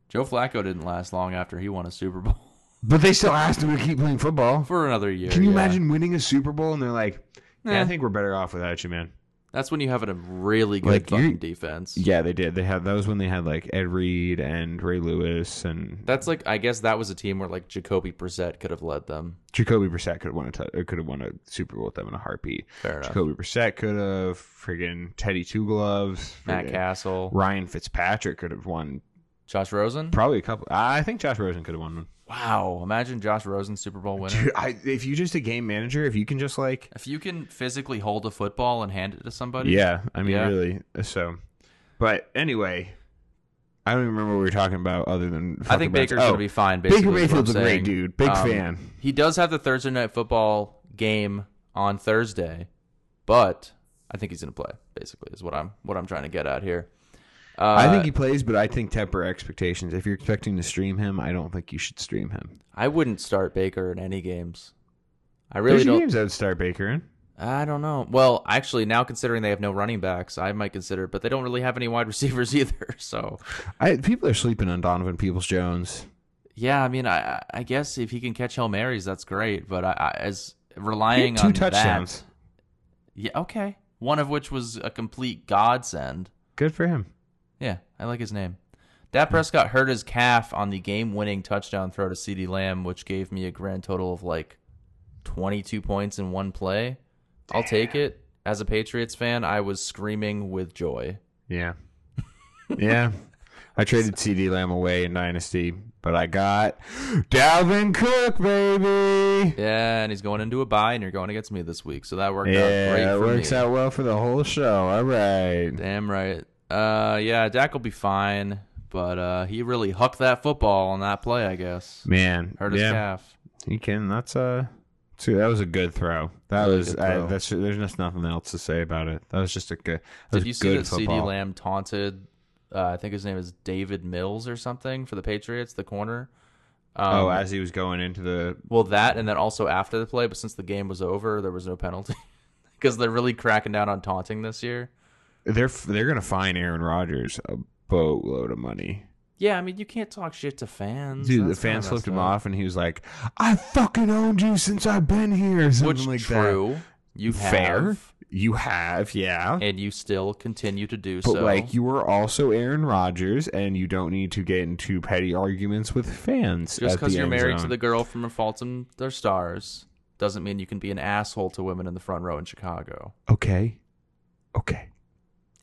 Speaker 2: Joe Flacco didn't last long after he won a Super Bowl
Speaker 3: But they still asked him to keep playing football.
Speaker 2: for another year.
Speaker 3: Can you
Speaker 2: yeah.
Speaker 3: imagine winning a Super Bowl and they're like, yeah,
Speaker 2: Eh.
Speaker 3: I think we're better off without you, man.
Speaker 2: That's when you have a really good
Speaker 3: Like, you're-
Speaker 2: fucking defense.
Speaker 3: Yeah, they did. They had that was when they had like Ed Reed and Ray Lewis and
Speaker 2: That's like I guess that was a team where like Jacoby Brissett could have led them.
Speaker 3: Jacoby Brissett could have won a t- could have won a Super Bowl with them in a heartbeat.
Speaker 2: Fair enough.
Speaker 3: Jacoby Brissett could have friggin' Teddy Two Gloves,
Speaker 2: Matt
Speaker 3: friggin'
Speaker 2: Castle,
Speaker 3: Ryan Fitzpatrick could have won
Speaker 2: Josh Rosen.
Speaker 3: probably a couple. I think Josh Rosen could have won one.
Speaker 2: Wow, imagine Josh Rosen Super Bowl winner.
Speaker 3: Dude, I, if you just a game manager, if you can just like,
Speaker 2: If you can physically hold a football and hand it to somebody,
Speaker 3: yeah, I mean,
Speaker 2: Yeah.
Speaker 3: really. So, but anyway, I don't even remember what we were talking about other than
Speaker 2: I think Baker's
Speaker 3: going
Speaker 2: gonna be fine. Basically, is what
Speaker 3: Baker
Speaker 2: I'm
Speaker 3: Mayfield's a
Speaker 2: saying.
Speaker 3: great dude, big
Speaker 2: Um,
Speaker 3: fan.
Speaker 2: He does have the Thursday night football game on Thursday, but I think he's going to play. Basically, is what I'm what I'm trying to get at here. Uh,
Speaker 3: I think he plays, but I think temper expectations. If you're expecting to stream him, I don't think you should stream him.
Speaker 2: I wouldn't start Baker in any games. I really
Speaker 3: There's your
Speaker 2: don't.
Speaker 3: games I would start Baker in.
Speaker 2: I don't know. Well, actually, now considering they have no running backs, I might consider. it, But they don't really have any wide receivers either. So
Speaker 3: I, people are sleeping on Donovan Peoples Jones.
Speaker 2: yeah, I mean, I I guess if he can catch hail marys, that's great. But I, I as
Speaker 3: He
Speaker 2: relying
Speaker 3: had two
Speaker 2: on
Speaker 3: touchdowns.
Speaker 2: that, yeah, okay, one of which was a complete godsend.
Speaker 3: Good for him.
Speaker 2: Yeah, I like his name. Dak Prescott hurt his calf on the game-winning touchdown throw to CeeDee Lamb, which gave me a grand total of like 22 points in one play. I'll take it. As a Patriots fan, I was screaming with joy.
Speaker 3: Yeah. yeah. I traded CD Lamb away in Dynasty, but I got Dalvin Cook, baby.
Speaker 2: Yeah, and he's going into a bye, and you're going against me this week, so that worked out great
Speaker 3: Yeah, it
Speaker 2: for
Speaker 3: works
Speaker 2: me.
Speaker 3: out well for the whole show. All right.
Speaker 2: Damn right. Uh, yeah, Dak will be fine, but uh, he really hucked that football on that play, I guess.
Speaker 3: Man.
Speaker 2: Hurt his
Speaker 3: yeah.
Speaker 2: calf.
Speaker 3: He can. That's uh See, that was a good throw. That
Speaker 2: Really
Speaker 3: was
Speaker 2: good
Speaker 3: I,
Speaker 2: throw.
Speaker 3: that's there's just nothing else to say about it. That was just a good.
Speaker 2: Did
Speaker 3: That was
Speaker 2: you see
Speaker 3: good
Speaker 2: that CD
Speaker 3: football.
Speaker 2: Lamb taunted? Uh, I think his name is David Mills or something for the Patriots, the corner. Um,
Speaker 3: Oh, as he was going into the
Speaker 2: well, that and then also after the play, but since the game was over, there was no penalty because they're really cracking down on taunting this year.
Speaker 3: they're they're gonna fine Aaron Rodgers a boatload of money.
Speaker 2: Yeah, I mean you can't talk shit to fans.
Speaker 3: Dude,
Speaker 2: That's
Speaker 3: the fans
Speaker 2: kinda
Speaker 3: flipped him
Speaker 2: messed up.
Speaker 3: off, and he was like, "I fucking owned you since I've been here." or Something
Speaker 2: which
Speaker 3: like
Speaker 2: true. You
Speaker 3: that. Fair,
Speaker 2: have,
Speaker 3: you have, yeah.
Speaker 2: and you still continue to do
Speaker 3: but
Speaker 2: so.
Speaker 3: like, you are also Aaron Rodgers, and you don't need to get into petty arguments with fans.
Speaker 2: just
Speaker 3: because
Speaker 2: because you're married to the girl from A Fault in Their Stars doesn't mean you can be an asshole to women in the front row in Chicago.
Speaker 3: okay, okay.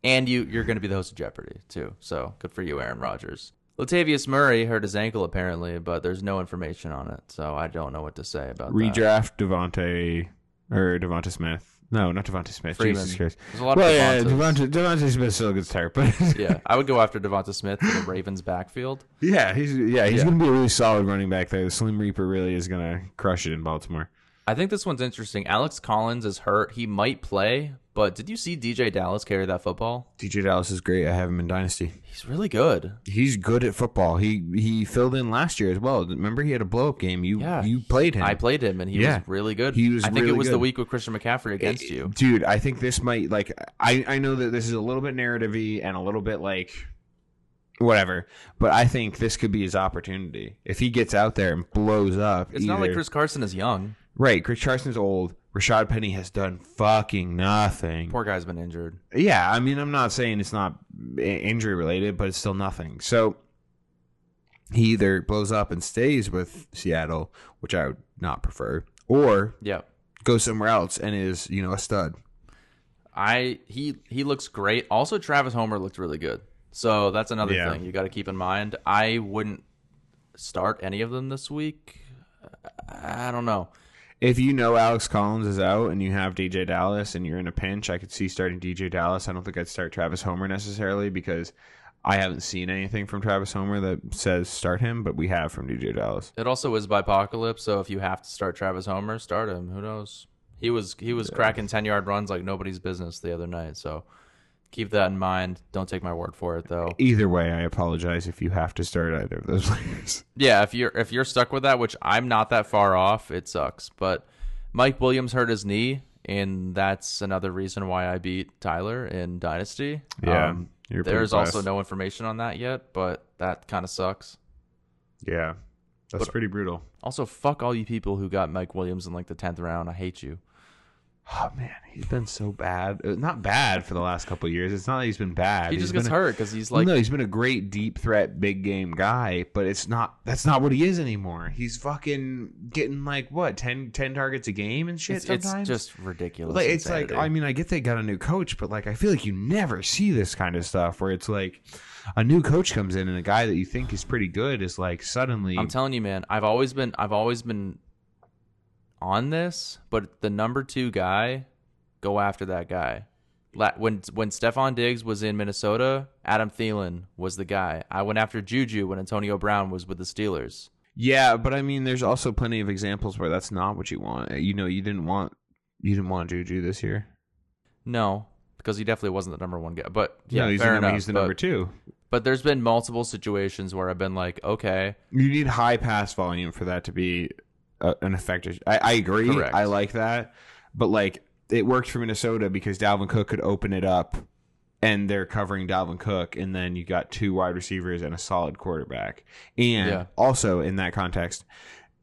Speaker 2: And you you're going to be the host of Jeopardy too. So good for you, Aaron Rodgers. Latavius Murray hurt his ankle apparently, but there's no information on it, so I don't know what to say about that.
Speaker 3: Redraft Devonte or Devonta Smith. No, not Devonta Smith.
Speaker 2: Freeman.
Speaker 3: Jesus Christ.
Speaker 2: There's a lot of
Speaker 3: well, yeah,
Speaker 2: Devontas.
Speaker 3: Devonta, Devonta Smith still gets tired, but
Speaker 2: Yeah, I would go after Devonta Smith in the Ravens backfield.
Speaker 3: Yeah, he's yeah, he's
Speaker 2: Yeah.
Speaker 3: gonna be a really solid running back there. The Slim Reaper really is gonna crush it in Baltimore.
Speaker 2: I think this one's interesting. Alex Collins is hurt. He might play, but did you see DJ Dallas carry that football?
Speaker 3: DJ Dallas is great. I have him in Dynasty.
Speaker 2: He's really good.
Speaker 3: He's good at football. He he filled in last year as well. Remember he had a blow up game. You
Speaker 2: Yeah.
Speaker 3: you played him.
Speaker 2: I played him and he
Speaker 3: Yeah.
Speaker 2: was really good.
Speaker 3: He was
Speaker 2: I think it
Speaker 3: really
Speaker 2: was the
Speaker 3: good.
Speaker 2: week with Christian McCaffrey against
Speaker 3: It-
Speaker 2: you.
Speaker 3: Dude, I think this might like I, I know that this is a little bit narrative y and a little bit like whatever. But I think this could be his opportunity if he gets out there and blows up.
Speaker 2: It's not like
Speaker 3: either-
Speaker 2: Chris Carson is young.
Speaker 3: right. Chris Carson's old. Rashad Penny has done fucking nothing.
Speaker 2: Poor guy's been injured.
Speaker 3: Yeah, I mean, I'm not saying it's not i- injury related, but it's still nothing. So he either blows up and stays with Seattle, which I would not prefer, or
Speaker 2: Yep.
Speaker 3: goes somewhere else and is you know a stud.
Speaker 2: I he he looks great. Also, Travis Homer looked really good. So that's another
Speaker 3: Yeah.
Speaker 2: thing you got to keep in mind. I wouldn't start any of them this week. I I don't know.
Speaker 3: If you know Alex Collins is out and you have DJ Dallas and you're in a pinch, I could see starting DJ Dallas. I don't think I'd start Travis Homer necessarily because I haven't seen anything from Travis Homer that says start him, but we have from DJ Dallas.
Speaker 2: It also is by apocalypse. So if you have to start Travis Homer, start him. Who knows? He was he was cracking ten yard runs like nobody's business the other night. So keep that in mind. Don't take my word for it though.
Speaker 3: Either way, I apologize if you have to start either of those players.
Speaker 2: Yeah, if you're if you're stuck with that, which I'm not that far off, it sucks. But Mike Williams hurt his knee, and that's another reason why I beat Tyler in Dynasty. Um,
Speaker 3: Yeah, you're pretty
Speaker 2: there's also
Speaker 3: blessed.
Speaker 2: no information on that yet, but that kind of sucks.
Speaker 3: Yeah, that's pretty brutal.
Speaker 2: Also, fuck all you people who got Mike Williams in like the tenth round. I hate you.
Speaker 3: Oh man, he's been so bad. Uh, Not bad for the last couple of years. It's not that he's been bad.
Speaker 2: He
Speaker 3: He's
Speaker 2: just gets
Speaker 3: been a-
Speaker 2: hurt because he's like
Speaker 3: no, he's been a great deep threat, big game guy, but it's not. That's not what he is anymore. He's fucking getting like what 10, 10 targets a game and shit.
Speaker 2: it's, it's
Speaker 3: sometimes
Speaker 2: just ridiculous.
Speaker 3: like it's like
Speaker 2: insanity.
Speaker 3: I mean I get they got a new coach, but like I feel like you never see this kind of stuff where it's like a new coach comes in and a guy that you think is pretty good is like suddenly
Speaker 2: I'm telling you, man. I've always been I've always been on this, but the number two guy, go after that guy. La- When when Stefan Diggs was in Minnesota, Adam Thielen was the guy. I went after Juju when Antonio Brown was with the Steelers.
Speaker 3: Yeah, but I mean, there's also plenty of examples where that's not what you want. You know, you didn't want you didn't want Juju this year.
Speaker 2: No, because he definitely wasn't the number one guy. But yeah,
Speaker 3: no, he's
Speaker 2: fair
Speaker 3: the, number-
Speaker 2: enough.
Speaker 3: he's the
Speaker 2: but,
Speaker 3: number two.
Speaker 2: but there's been multiple situations where I've been like, okay,
Speaker 3: You need high pass volume for that to be uh, an effective. I, I agree.
Speaker 2: Correct.
Speaker 3: I like that, but like it worked for Minnesota because Dalvin Cook could open it up, and they're covering Dalvin Cook, and then you got two wide receivers and a solid quarterback. And
Speaker 2: Yeah.
Speaker 3: also in that context,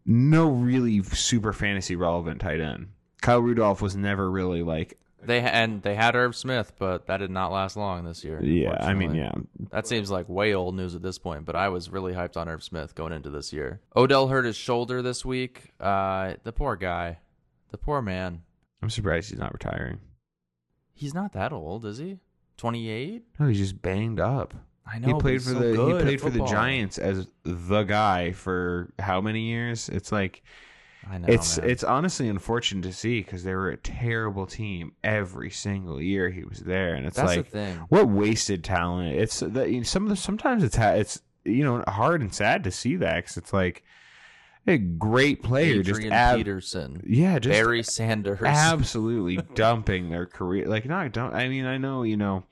Speaker 3: no really super fantasy relevant tight end. Kyle Rudolph was never really like
Speaker 2: they ha- and they had Herb Smith, but that did not last long this year.
Speaker 3: Yeah, I mean,
Speaker 2: unfortunately.
Speaker 3: yeah,
Speaker 2: That seems like way old news at this point, but I was really hyped on Irv Smith going into this year. Odell hurt his shoulder this week. Uh, the poor guy, the poor man.
Speaker 3: I'm surprised he's not retiring.
Speaker 2: He's not that old, is he? Twenty eight.
Speaker 3: No, he's just banged up.
Speaker 2: I know.
Speaker 3: he
Speaker 2: but
Speaker 3: played
Speaker 2: he's
Speaker 3: for
Speaker 2: so
Speaker 3: the
Speaker 2: good
Speaker 3: he
Speaker 2: at
Speaker 3: played for the
Speaker 2: football.
Speaker 3: Giants as the guy for how many years? It's like
Speaker 2: I know.
Speaker 3: it's
Speaker 2: man.
Speaker 3: it's honestly unfortunate to see because they were a terrible team every single year he was there, and it's
Speaker 2: That's the
Speaker 3: like
Speaker 2: thing.
Speaker 3: what wasted talent. It's that you know, some of the, sometimes it's ha- it's you know hard and sad to see that because it's like a great player just
Speaker 2: Adrian
Speaker 3: ab-
Speaker 2: Peterson,
Speaker 3: yeah just
Speaker 2: Barry Sanders.
Speaker 3: absolutely dumping their career. Like not dump. I mean, I know you know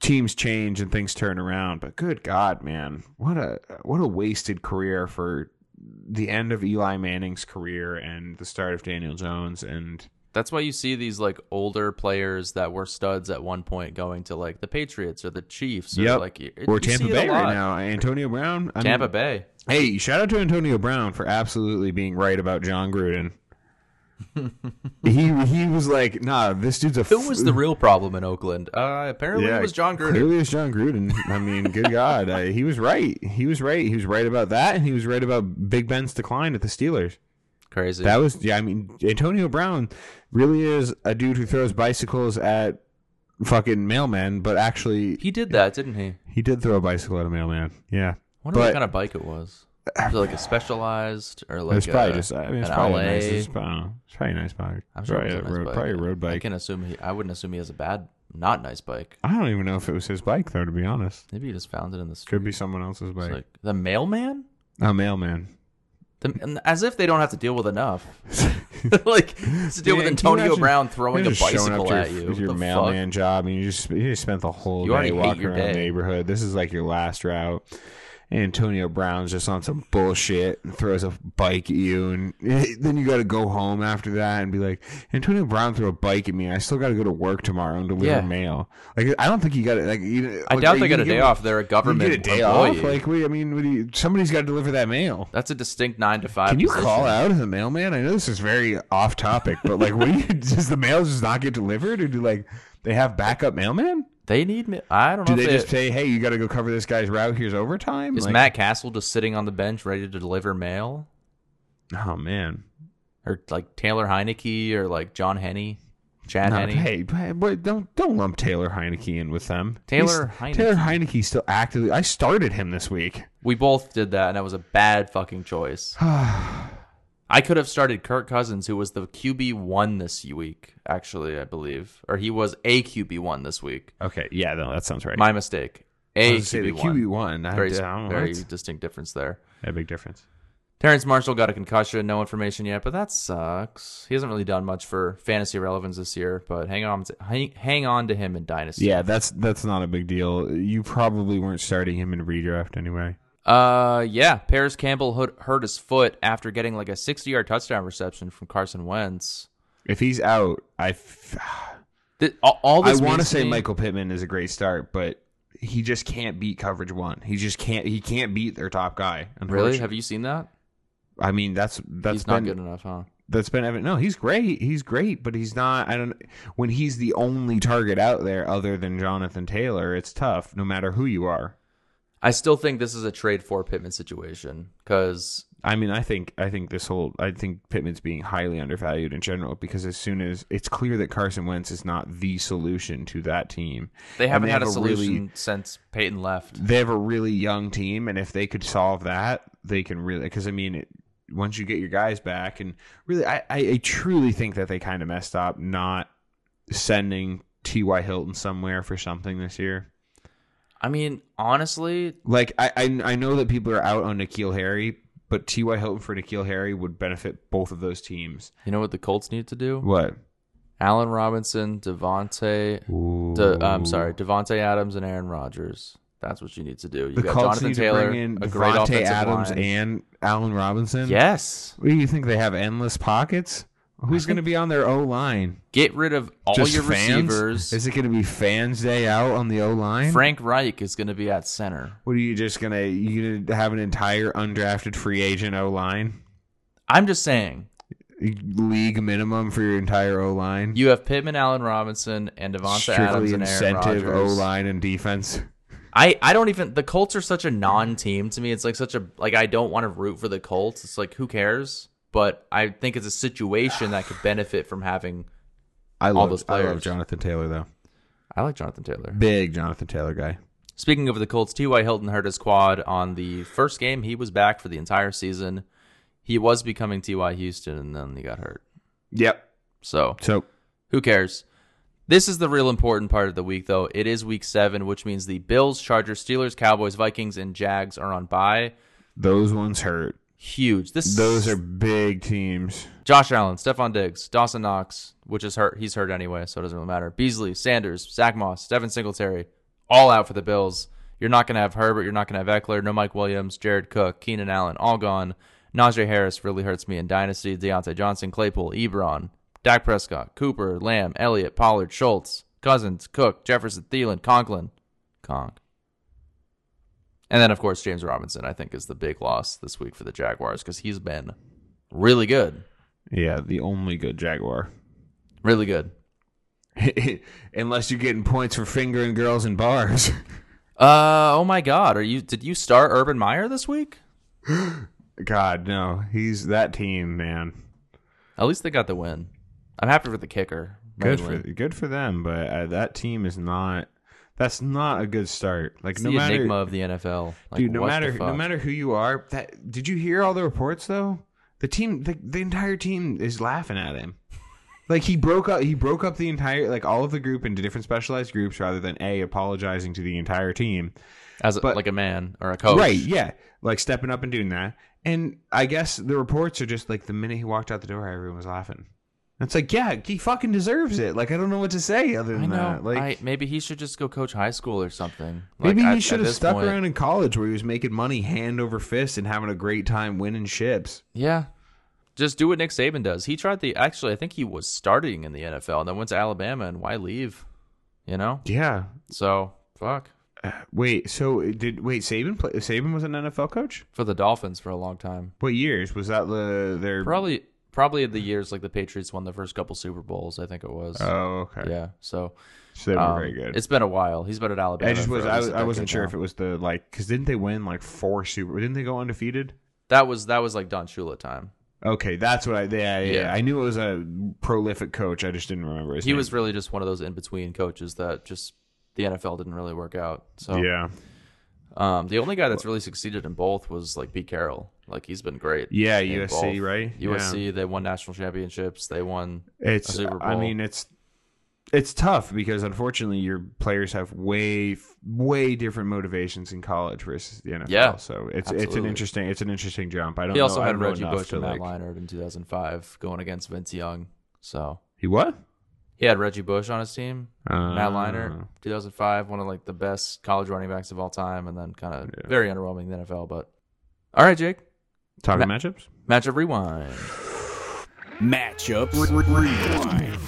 Speaker 3: teams change and things turn around, but good God, man, what a what a wasted career for the end of Eli Manning's career and the start of Daniel Jones and
Speaker 2: That's why you see these like older players that were studs at one point going to like the Patriots or the Chiefs or
Speaker 3: Yep.
Speaker 2: like you-
Speaker 3: or
Speaker 2: you see
Speaker 3: Tampa
Speaker 2: it a
Speaker 3: Bay
Speaker 2: lot.
Speaker 3: right now. Antonio Brown. I mean,
Speaker 2: Tampa Bay.
Speaker 3: Hey, shout out to Antonio Brown for absolutely being right about John Gruden. he he was like, nah, this dude's a
Speaker 2: Who
Speaker 3: f-
Speaker 2: was the real problem in Oakland? Uh, apparently it was John Gruden.
Speaker 3: Clearly, it was John Gruden. I mean, good God, I, he was right. He was right. He was right about that, and he was right about Big Ben's decline at the Steelers.
Speaker 2: Crazy.
Speaker 3: That was, yeah. I mean, Antonio Brown really is a dude who throws bicycles at fucking mailmen, but actually,
Speaker 2: He did that, didn't he?
Speaker 3: he did throw a bicycle at a mailman. Yeah,
Speaker 2: wonder
Speaker 3: But-
Speaker 2: what kind of bike it was. Was it like a specialized or like
Speaker 3: it's probably
Speaker 2: a,
Speaker 3: just. I mean, it's
Speaker 2: an
Speaker 3: probably, a
Speaker 2: LA?
Speaker 3: nice, it's, I don't know, it's probably a nice bike.
Speaker 2: I'm sure
Speaker 3: probably
Speaker 2: it was a nice
Speaker 3: road,
Speaker 2: bike.
Speaker 3: probably a road
Speaker 2: I
Speaker 3: bike.
Speaker 2: can assume he. I wouldn't assume he has a bad, not nice bike.
Speaker 3: I don't even know if it was his bike though. To be honest,
Speaker 2: Maybe he just found it in the street.
Speaker 3: could be someone else's
Speaker 2: It's
Speaker 3: bike.
Speaker 2: like the mailman.
Speaker 3: a mailman.
Speaker 2: The, and as if they don't have to deal with enough. like to deal
Speaker 3: Yeah,
Speaker 2: with
Speaker 3: can you
Speaker 2: Antonio
Speaker 3: imagine-
Speaker 2: Brown throwing
Speaker 3: You're
Speaker 2: a
Speaker 3: just showing
Speaker 2: bicycle
Speaker 3: up to your,
Speaker 2: at you.
Speaker 3: With
Speaker 2: What
Speaker 3: your
Speaker 2: the
Speaker 3: mailman job, and you just you just spent the whole
Speaker 2: You already
Speaker 3: day
Speaker 2: hate
Speaker 3: walking
Speaker 2: your
Speaker 3: around
Speaker 2: day.
Speaker 3: the neighborhood. This is like your last route, Antonio Brown's just on some bullshit and throws a bike at you, and then you got to go home after that and be like, Antonio Brown threw a bike at me. I still got to go to work tomorrow and deliver
Speaker 2: Yeah.
Speaker 3: mail. Like, I don't think you got to like. You,
Speaker 2: I
Speaker 3: like,
Speaker 2: doubt
Speaker 3: are
Speaker 2: they
Speaker 3: you
Speaker 2: got a
Speaker 3: gonna
Speaker 2: day
Speaker 3: give-
Speaker 2: off. They're a
Speaker 3: You
Speaker 2: government
Speaker 3: get a day
Speaker 2: employee.
Speaker 3: off. Like, wait, I mean, what do you, somebody's got to deliver that mail.
Speaker 2: That's a distinct nine to five.
Speaker 3: Can you
Speaker 2: position.
Speaker 3: call out as a mailman? I know this is very off topic, but like, what do you, does the mail just not get delivered, or do like they have backup mailman?
Speaker 2: They need me. I don't
Speaker 3: Do
Speaker 2: know.
Speaker 3: they
Speaker 2: if
Speaker 3: just say, "Hey, you got to go cover this guy's route. Here's overtime."
Speaker 2: is
Speaker 3: Like-
Speaker 2: Matt Castle just sitting on the bench ready to deliver mail,
Speaker 3: Oh man,
Speaker 2: or like Taylor Heineke, or like John Henney, Chad
Speaker 3: Not-
Speaker 2: Henney?
Speaker 3: hey, but, but don't don't lump Taylor Heineke in with them.
Speaker 2: Taylor
Speaker 3: He's- Taylor
Speaker 2: Heineke.
Speaker 3: Heineke's still actively. I started him this week.
Speaker 2: We both did that, and that was a bad fucking choice. I could have started Kirk Cousins, who was the QB one this week, actually, I believe, or he was a QB one this week.
Speaker 3: Okay, yeah, no, that sounds right.
Speaker 2: My mistake.
Speaker 3: I
Speaker 2: A
Speaker 3: was gonna say
Speaker 2: QB
Speaker 3: the QB
Speaker 2: one.
Speaker 3: one, I,
Speaker 2: Very,
Speaker 3: I don't know
Speaker 2: very
Speaker 3: what.
Speaker 2: distinct difference there.
Speaker 3: a big difference.
Speaker 2: Terrence Marshall got a concussion. No information yet, but that sucks. He hasn't really done much for fantasy relevance this year. But hang on, to, hang, hang on to him in dynasty.
Speaker 3: Yeah, that's that's not a big deal. You probably weren't starting him in redraft anyway.
Speaker 2: Uh, yeah. Paris Campbell hurt, hurt his foot after getting like a 60-yard touchdown reception from Carson Wentz.
Speaker 3: If he's out, I f-
Speaker 2: Thi- all, all
Speaker 3: I
Speaker 2: this
Speaker 3: want to
Speaker 2: means
Speaker 3: say
Speaker 2: me-
Speaker 3: Michael Pittman is a great start, but he just can't beat coverage one. He just can't. He can't beat their top guy.
Speaker 2: Really?
Speaker 3: unfortunately.
Speaker 2: Have you seen that?
Speaker 3: I mean, that's that's
Speaker 2: He's not
Speaker 3: been
Speaker 2: good enough, huh?
Speaker 3: that's been evident. No, he's great. He's great, but he's not. I don't. When he's the only target out there other than Jonathan Taylor, it's tough. No matter who you are.
Speaker 2: I still think this is a trade for Pittman situation because
Speaker 3: I mean, I think I think this whole I think Pittman's being highly undervalued in general because as soon as it's clear that Carson Wentz is not the solution to that team,
Speaker 2: they
Speaker 3: And
Speaker 2: haven't had a
Speaker 3: have really-
Speaker 2: solution since Peyton left.
Speaker 3: they have a really young team, and if they could solve that, they can really. Because I mean, it, once you get your guys back, and really, I, I, I truly think that they kind of messed up not sending T. Y. Hilton somewhere for something this year.
Speaker 2: I mean, honestly,
Speaker 3: Like I, I, I know that people are out on Nikhil Harry, but T. Y. Hilton for Nikhil Harry would benefit both of those teams.
Speaker 2: you know what the Colts need to do?
Speaker 3: What?
Speaker 2: Allen Robinson, Devontae, De, I'm sorry, Devontae Adams and Aaron Rodgers. That's what you need to do. You
Speaker 3: The
Speaker 2: got
Speaker 3: Colts
Speaker 2: Jonathan
Speaker 3: need
Speaker 2: Taylor,
Speaker 3: to bring in
Speaker 2: a great
Speaker 3: Devontae
Speaker 2: offensive
Speaker 3: Adams
Speaker 2: line.
Speaker 3: and Allen Robinson.
Speaker 2: yes,
Speaker 3: What do you think they have? Endless pockets. Who's going to be on their O line?
Speaker 2: get rid of all
Speaker 3: Just
Speaker 2: your
Speaker 3: fans?
Speaker 2: receivers.
Speaker 3: Is it going to be fans' day out on the O line?
Speaker 2: Frank Reich is going to be at center.
Speaker 3: What are you just going to? You going to have an entire undrafted free agent O line?
Speaker 2: I'm just saying,
Speaker 3: League minimum for your entire O line.
Speaker 2: you have Pittman, Allen Robinson, and Devontae
Speaker 3: Strictly
Speaker 2: Adams and Aaron
Speaker 3: incentive O
Speaker 2: Rodgers.
Speaker 3: line and defense.
Speaker 2: I I don't even the Colts are such a non-team to me. It's like such a like I don't want to root for the Colts. It's like who cares? But I think it's a situation that could benefit from having.
Speaker 3: I love,
Speaker 2: those
Speaker 3: I love
Speaker 2: players.
Speaker 3: Jonathan Taylor though.
Speaker 2: I like Jonathan Taylor.
Speaker 3: Big Jonathan Taylor guy.
Speaker 2: Speaking of the Colts, T.Y. Hilton hurt his quad on the first game. He was back for the entire season. He was becoming T.Y. Houston, and then he got hurt.
Speaker 3: Yep.
Speaker 2: So
Speaker 3: So
Speaker 2: who cares? This is the real important part of the week, though. It is week seven, which means the Bills, Chargers, Steelers, Cowboys, Vikings, and Jags are on bye.
Speaker 3: those ones hurt.
Speaker 2: Huge. This
Speaker 3: Those are big teams.
Speaker 2: Josh Allen, Stephon Diggs, Dawson Knox, which is hurt. He's hurt anyway, so it doesn't really matter. Beasley, Sanders, Zach Moss, Devin Singletary, all out for the Bills. You're not going to have Herbert. You're not going to have Eckler. No Mike Williams, Jared Cook, Keenan Allen, all gone. Najee Harris really hurts me in Dynasty. Deontay Johnson, Claypool, Ebron, Dak Prescott, Cooper, Lamb, Elliott, Pollard, Schultz, Cousins, Cook, Jefferson, Thielen, Conklin, Conk. And then, of course, James Robinson, I think, is the big loss this week for the Jaguars because he's been really good.
Speaker 3: Yeah, the only good Jaguar.
Speaker 2: Really good.
Speaker 3: Unless you're getting points for fingering girls in bars.
Speaker 2: Uh oh my god, are you did you start Urban Meyer this week?
Speaker 3: God, no. He's that team, man.
Speaker 2: At least they got the win. I'm happy for the kicker.
Speaker 3: Good for
Speaker 2: mainly.
Speaker 3: good for them, but uh, that team is not. That's not a good start. Like
Speaker 2: It's
Speaker 3: no
Speaker 2: the
Speaker 3: matter,
Speaker 2: enigma of the NFL. Like,
Speaker 3: dude. No
Speaker 2: what the
Speaker 3: matter, no
Speaker 2: fuck?
Speaker 3: matter who you are. That did you hear all the reports though? The team, the, the entire team is laughing at him. Like he broke up, he broke up the entire, like all of the group into different specialized groups, rather than a apologizing to the entire team.
Speaker 2: as a,
Speaker 3: but-
Speaker 2: like a man or a coach.
Speaker 3: Right, yeah. Like stepping up and doing that. And I guess the reports are just like the minute he walked out the door, everyone was laughing. It's like, yeah, he fucking deserves it. Like, I don't know what to say other than
Speaker 2: I know.
Speaker 3: that. Like,
Speaker 2: I, maybe he should just go coach high school or something. Like,
Speaker 3: maybe
Speaker 2: at-
Speaker 3: he
Speaker 2: at
Speaker 3: should have
Speaker 2: this
Speaker 3: stuck
Speaker 2: point-
Speaker 3: around in college where he was making money hand over fist and having a great time winning ships.
Speaker 2: Yeah. Just do what Nick Saban does. He tried the actually I think he was starting in the NFL and then went to Alabama and why leave? You know?
Speaker 3: Yeah.
Speaker 2: So fuck.
Speaker 3: Wait. So did wait Saban play? Saban was an NFL coach.
Speaker 2: For the Dolphins for a long time.
Speaker 3: What years was that? The their
Speaker 2: Probably probably the years like the Patriots won the first couple Super Bowls, I think it was.
Speaker 3: Oh, okay.
Speaker 2: Yeah. So
Speaker 3: So they were
Speaker 2: um,
Speaker 3: very good.
Speaker 2: It's been a while. He's been at Alabama.
Speaker 3: I just
Speaker 2: for
Speaker 3: was
Speaker 2: at
Speaker 3: I,
Speaker 2: least a
Speaker 3: I wasn't
Speaker 2: decade
Speaker 3: sure
Speaker 2: now.
Speaker 3: if it was the like because didn't they win like four Super? Didn't they go undefeated?
Speaker 2: that was that was like Don Shula time.
Speaker 3: Okay, that's what I yeah yeah.
Speaker 2: Yeah.
Speaker 3: I knew it was a prolific coach. I just didn't remember his
Speaker 2: He
Speaker 3: name.
Speaker 2: was really just one of those in between coaches that just the NFL didn't really work out. So
Speaker 3: yeah
Speaker 2: Um, the only guy that's really succeeded in both was like Pete Carroll. Like he's been great.
Speaker 3: yeah
Speaker 2: in
Speaker 3: USC
Speaker 2: both.
Speaker 3: right
Speaker 2: USC. They won national championships. They won.
Speaker 3: Yeah. It's
Speaker 2: Super
Speaker 3: I
Speaker 2: Bowl.
Speaker 3: mean it's it's tough because unfortunately your players have way way different motivations in college versus the NFL.
Speaker 2: Yeah,
Speaker 3: so it's it's an
Speaker 2: absolutely.
Speaker 3: interesting it's an interesting jump. I don't.
Speaker 2: He also
Speaker 3: know, I
Speaker 2: had
Speaker 3: don't know
Speaker 2: Reggie
Speaker 3: enough
Speaker 2: Bush
Speaker 3: to,
Speaker 2: and Matt
Speaker 3: like-
Speaker 2: Leinart in 2005 going against Vince Young. So
Speaker 3: He what?
Speaker 2: he had Reggie Bush on his team.
Speaker 3: Uh,
Speaker 2: Matt Leinart, 2005, one of like the best college running backs of all time, and then kind of
Speaker 3: Yeah.
Speaker 2: very underwhelming in the NFL. But all right, Jake,
Speaker 3: Talking
Speaker 2: Ma-
Speaker 3: matchups.
Speaker 2: matchup rewind.
Speaker 1: Matchup rewind.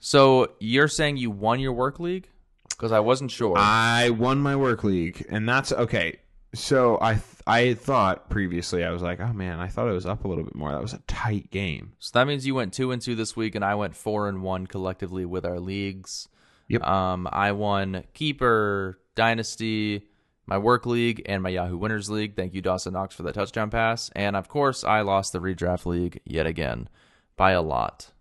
Speaker 2: So you're saying you won your work league? Because I wasn't sure.
Speaker 3: I won my work league, and that's okay. So I th- I thought previously I was like, oh man, I thought it was up a little bit more. That was a tight game.
Speaker 2: So that means you went two and two this week, and I went four and one collectively with our leagues.
Speaker 3: Yep.
Speaker 2: Um, I won keeper dynasty, my work league, and my Yahoo Winners League. Thank you, Dawson Knox, for that touchdown pass. And of course, I lost the redraft league yet again by a lot.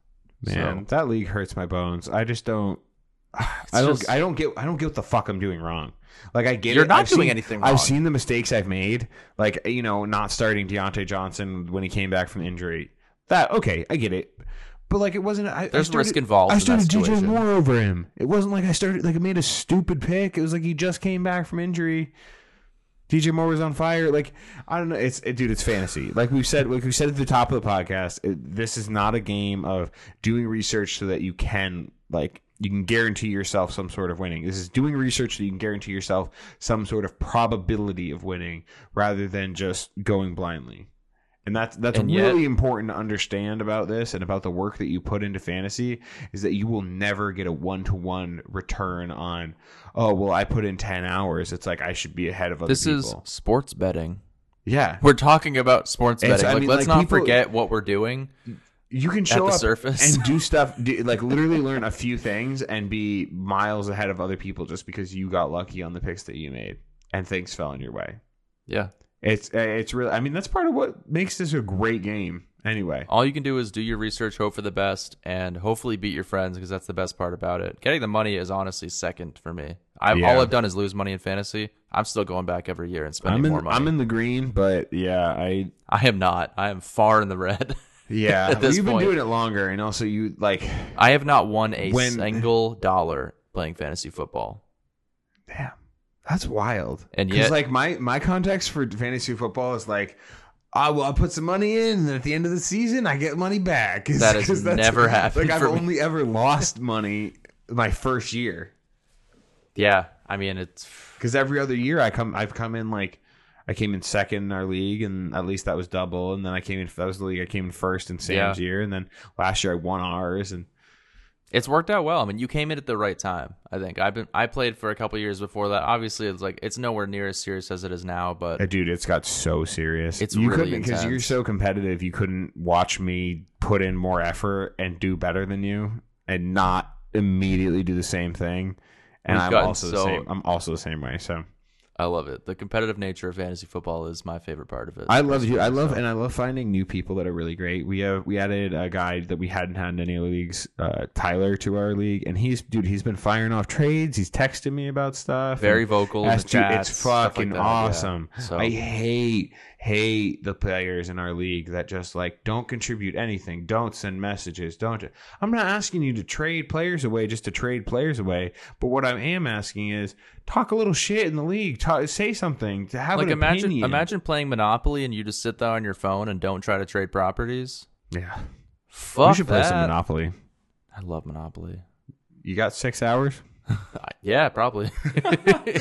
Speaker 3: Man,
Speaker 2: So-
Speaker 3: that league hurts my bones. I just don't. I don't.
Speaker 2: just-
Speaker 3: I don't get. I don't get what the fuck I'm doing wrong. Like I get.
Speaker 2: You're
Speaker 3: it.
Speaker 2: not
Speaker 3: I've
Speaker 2: doing
Speaker 3: seen-
Speaker 2: anything wrong.
Speaker 3: I've seen the mistakes I've made. Like you know, not starting Deontay Johnson when he came back from injury. That okay, I get it. But like it wasn't. I,
Speaker 2: There's
Speaker 3: I started,
Speaker 2: risk involved
Speaker 3: I
Speaker 2: in that
Speaker 3: started DJ
Speaker 2: situation.
Speaker 3: Moore over him. It wasn't like I started. Like I made a stupid pick. It was like he just came back from injury. DJ Moore was on fire. Like I don't know. It's it, dude. It's fantasy. Like we've said. Like we said at the top of the podcast. It, this is not a game of doing research so that you can like you can guarantee yourself some sort of winning. This is doing research so you can guarantee yourself some sort of probability of winning rather than just going blindly. And that's that's
Speaker 2: And yet-
Speaker 3: really important to understand about this and about the work that you put into fantasy is that you will never get a one to one return on. Oh well, I put in ten hours. It's like I should be ahead of other
Speaker 2: This
Speaker 3: people.
Speaker 2: is sports betting.
Speaker 3: Yeah,
Speaker 2: We're talking about sports
Speaker 3: It's-
Speaker 2: betting.
Speaker 3: I
Speaker 2: like,
Speaker 3: mean,
Speaker 2: let's
Speaker 3: like,
Speaker 2: not
Speaker 3: people-
Speaker 2: forget what we're doing.
Speaker 3: you can show
Speaker 2: the
Speaker 3: up
Speaker 2: surface.
Speaker 3: and do stuff, do, like literally learn a few things and be miles ahead of other people just because you got lucky on the picks that you made and things fell in your way.
Speaker 2: Yeah.
Speaker 3: It's uh, it's really, I mean, that's part of what makes this a great game. Anyway,
Speaker 2: All you can do is do your research, hope for the best, and hopefully beat your friends because that's the best part about it. Getting the money is honestly second for me. I've,
Speaker 3: Yeah.
Speaker 2: All I've done is lose money in fantasy. I'm still going back every year and spending
Speaker 3: I'm
Speaker 2: more
Speaker 3: in
Speaker 2: money.
Speaker 3: I'm in the green, but yeah, I
Speaker 2: I am not. I am far in the red.
Speaker 3: yeah,
Speaker 2: At this
Speaker 3: you've been
Speaker 2: point.
Speaker 3: doing it longer, and also you like,
Speaker 2: I have not won a
Speaker 3: When-
Speaker 2: single dollar playing fantasy football.
Speaker 3: damn, that's wild.
Speaker 2: And
Speaker 3: 'Cause,
Speaker 2: yet-
Speaker 3: like my my context for fantasy football is like. I will I'll put some money in, and at the end of the season, I get money back. 'Cause-
Speaker 2: That has
Speaker 3: 'cause
Speaker 2: never happened
Speaker 3: Like I've
Speaker 2: for me.
Speaker 3: only ever lost money my first year,
Speaker 2: Yeah. I mean, it's.
Speaker 3: because every other year I come, I've come in like I came in second in our league, and at least that was double. And then I came in that was the league I came in first in Sam's
Speaker 2: Yeah.
Speaker 3: year, and then last year I won ours, and
Speaker 2: It's worked out well. I mean, you came in at the right time. I think I've been. I played for a couple years before that. Obviously, it's like it's nowhere near as serious as it is now. But
Speaker 3: Uh, dude it's got so serious
Speaker 2: It's
Speaker 3: you
Speaker 2: really
Speaker 3: couldn't because you're
Speaker 2: intense.
Speaker 3: so competitive you couldn't watch me put in more effort and do better than you and not immediately do the same thing and
Speaker 2: We've
Speaker 3: i'm
Speaker 2: gotten
Speaker 3: also the
Speaker 2: so-
Speaker 3: same i'm also the same way so
Speaker 2: I love it. The competitive nature of fantasy football is my favorite part of it.
Speaker 3: i love you i love and i love finding new people that are really great we have we added a guy that we hadn't had in any other leagues uh tyler to our league and he's dude he's been firing off trades he's texting me about stuff
Speaker 2: very
Speaker 3: and-
Speaker 2: vocal. in the
Speaker 3: That's ju-
Speaker 2: chats,
Speaker 3: it's
Speaker 2: stuff like
Speaker 3: fucking
Speaker 2: that, yeah.
Speaker 3: awesome.
Speaker 2: So
Speaker 3: I hate hate the players in our league that just like don't contribute anything, don't send messages, don't. I'm not asking you to trade players away just to trade players away, but what I am asking is talk a little shit in the league, talk, say something, to have
Speaker 2: like
Speaker 3: an
Speaker 2: imagine
Speaker 3: opinion.
Speaker 2: imagine playing Monopoly and you just sit there on your phone and don't try to trade properties.
Speaker 3: yeah,
Speaker 2: Fuck
Speaker 3: we should play some
Speaker 2: that.
Speaker 3: Monopoly.
Speaker 2: I love Monopoly.
Speaker 3: You got six hours?
Speaker 2: Yeah, probably.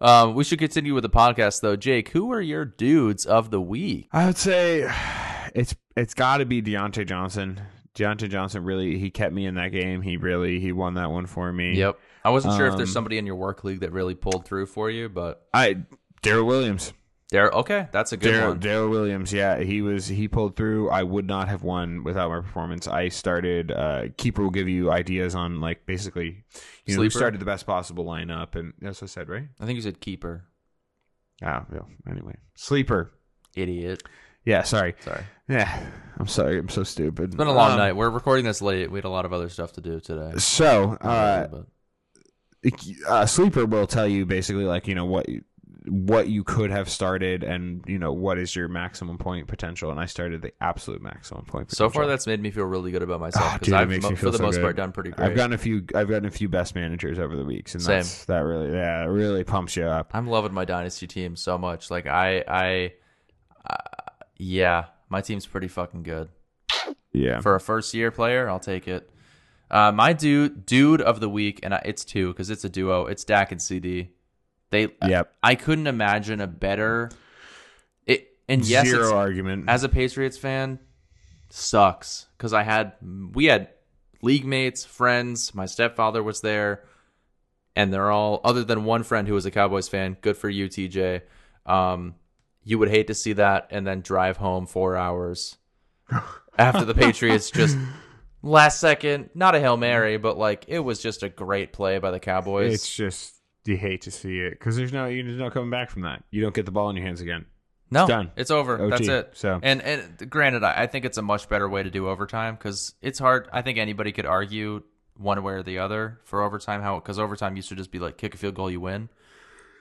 Speaker 2: um, we should continue with the podcast though. Jake, who are your dudes of the week?
Speaker 3: I would say it's it's got to be Deontay Johnson. Deontay Johnson really he kept me in that game. He really he won that one for me.
Speaker 2: Yep. I wasn't sure if there's
Speaker 3: Um,
Speaker 2: somebody in your work league that really pulled through for you, but
Speaker 3: I Daryl Williams.
Speaker 2: there. Okay, that's a good
Speaker 3: Daryl
Speaker 2: one.
Speaker 3: Daryl Williams. Yeah, he was he pulled through. I would not have won without my performance. I started. Uh, Keeper will give you ideas on like basically you know, who
Speaker 2: Sleeper?
Speaker 3: started the best possible lineup, and that's what I said, right?
Speaker 2: I think you said keeper.
Speaker 3: Ah, well, anyway, sleeper.
Speaker 2: Idiot.
Speaker 3: Yeah, sorry. Um,
Speaker 2: Sorry.
Speaker 3: Yeah, I'm sorry. I'm so stupid.
Speaker 2: It's been a long night. We're recording this late. We had a lot of other stuff to do today.
Speaker 3: So, uh,
Speaker 2: But-
Speaker 3: uh, sleeper will tell you basically like you know what what you could have started and you know what is your maximum point potential and i started the absolute maximum point
Speaker 2: so
Speaker 3: potential.
Speaker 2: far, that's made me feel really good about myself
Speaker 3: Ah,
Speaker 2: because
Speaker 3: dude, it
Speaker 2: I've
Speaker 3: makes
Speaker 2: mo-
Speaker 3: me
Speaker 2: for
Speaker 3: feel
Speaker 2: the
Speaker 3: so
Speaker 2: most
Speaker 3: good.
Speaker 2: part done pretty great.
Speaker 3: i've gotten a few i've gotten a few best managers over the weeks and
Speaker 2: Same.
Speaker 3: that's that really yeah it really pumps you up
Speaker 2: I'm loving my dynasty team so much. Like I, I, uh, yeah, my team's pretty fucking good
Speaker 3: yeah
Speaker 2: for a first year player. I'll take it. Uh, my dude, dude of the week, and I, it's two because it's a duo. It's Dak and CD. They,
Speaker 3: Yep.
Speaker 2: I, couldn't imagine a better. It and yes,
Speaker 3: zero
Speaker 2: it's-
Speaker 3: argument
Speaker 2: as a Patriots fan, sucks because I had we had league mates, friends. My stepfather was there, and they're all other than one friend who was a Cowboys fan. Good for you, TJ. Um, you would hate to see that, and then drive home four hours after the Patriots just last second, not a hail mary, but like it was just a great play by the Cowboys.
Speaker 3: it's just you hate to see it because there's no you- there's no coming back from that you don't get the ball in your hands again
Speaker 2: No,
Speaker 3: Done.
Speaker 2: It's over.
Speaker 3: OT,
Speaker 2: That's it.
Speaker 3: so-
Speaker 2: and and granted, I, I think it's a much better way to do overtime because it's hard. I think anybody could argue one way or the other for overtime. How because overtime used to just be like kick a field goal, you win.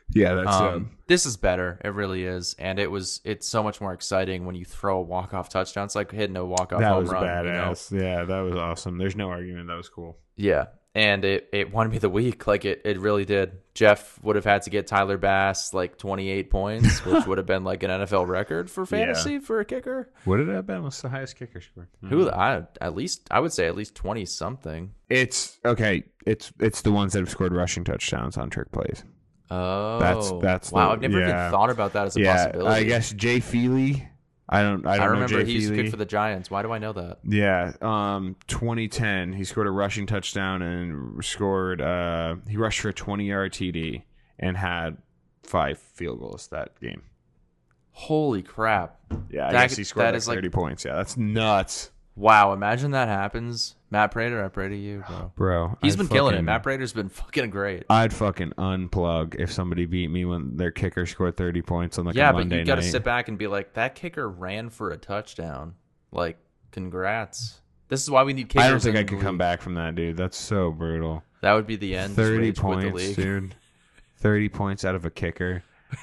Speaker 3: yeah that's
Speaker 2: Um, this is better. It really is, and it was. It's so much more exciting when you throw a walk off touchdown. It's like hitting a walk off
Speaker 3: that
Speaker 2: home
Speaker 3: was
Speaker 2: run. you know?
Speaker 3: badass yeah that was awesome there's no argument that was cool
Speaker 2: Yeah. And it, it won me the week. Like it, it really did. Jeff would have had to get Tyler Bass like 28 points, which would have been like an NFL record for fantasy for a kicker.
Speaker 3: what did that been what's the highest kicker score
Speaker 2: Who I at least I would say at least twenty something.
Speaker 3: It's okay. It's it's the ones that have scored rushing touchdowns on trick plays.
Speaker 2: Oh,
Speaker 3: that's
Speaker 2: wow.
Speaker 3: the-
Speaker 2: I've never
Speaker 3: yeah.
Speaker 2: even thought about that as a
Speaker 3: yeah,
Speaker 2: possibility.
Speaker 3: I guess Jay Feely. I don't. I don't
Speaker 2: I
Speaker 3: know
Speaker 2: remember
Speaker 3: Jay
Speaker 2: he used to
Speaker 3: Feely.
Speaker 2: kick for the Giants. Why do I know that?
Speaker 3: yeah, um, 2010, he scored a rushing touchdown and scored. Uh, he rushed for a 20-yard TD and had five field goals that game.
Speaker 2: Holy crap!
Speaker 3: Yeah, I
Speaker 2: That-
Speaker 3: guess he scored
Speaker 2: that
Speaker 3: like
Speaker 2: is like-
Speaker 3: 30 points. Yeah, that's nuts,
Speaker 2: Wow, imagine that happens. Matt Prater, I pray to you, bro.
Speaker 3: bro.
Speaker 2: He's
Speaker 3: I'd
Speaker 2: been killing it.
Speaker 3: fucking-
Speaker 2: Matt Prater's been fucking great.
Speaker 3: I'd fucking unplug if somebody beat me when their kicker scored 30 points on like
Speaker 2: yeah,
Speaker 3: a
Speaker 2: but
Speaker 3: Monday
Speaker 2: you got to
Speaker 3: night.
Speaker 2: sit back and be like, that kicker ran for a touchdown. Like, congrats. This is why we need kickers.
Speaker 3: I don't think
Speaker 2: in
Speaker 3: I
Speaker 2: the
Speaker 3: could come
Speaker 2: league.
Speaker 3: back from that, dude. That's so brutal.
Speaker 2: That would be the end.
Speaker 3: Thirty
Speaker 2: rage with the
Speaker 3: points,
Speaker 2: league.
Speaker 3: dude. Thirty points out of a kicker.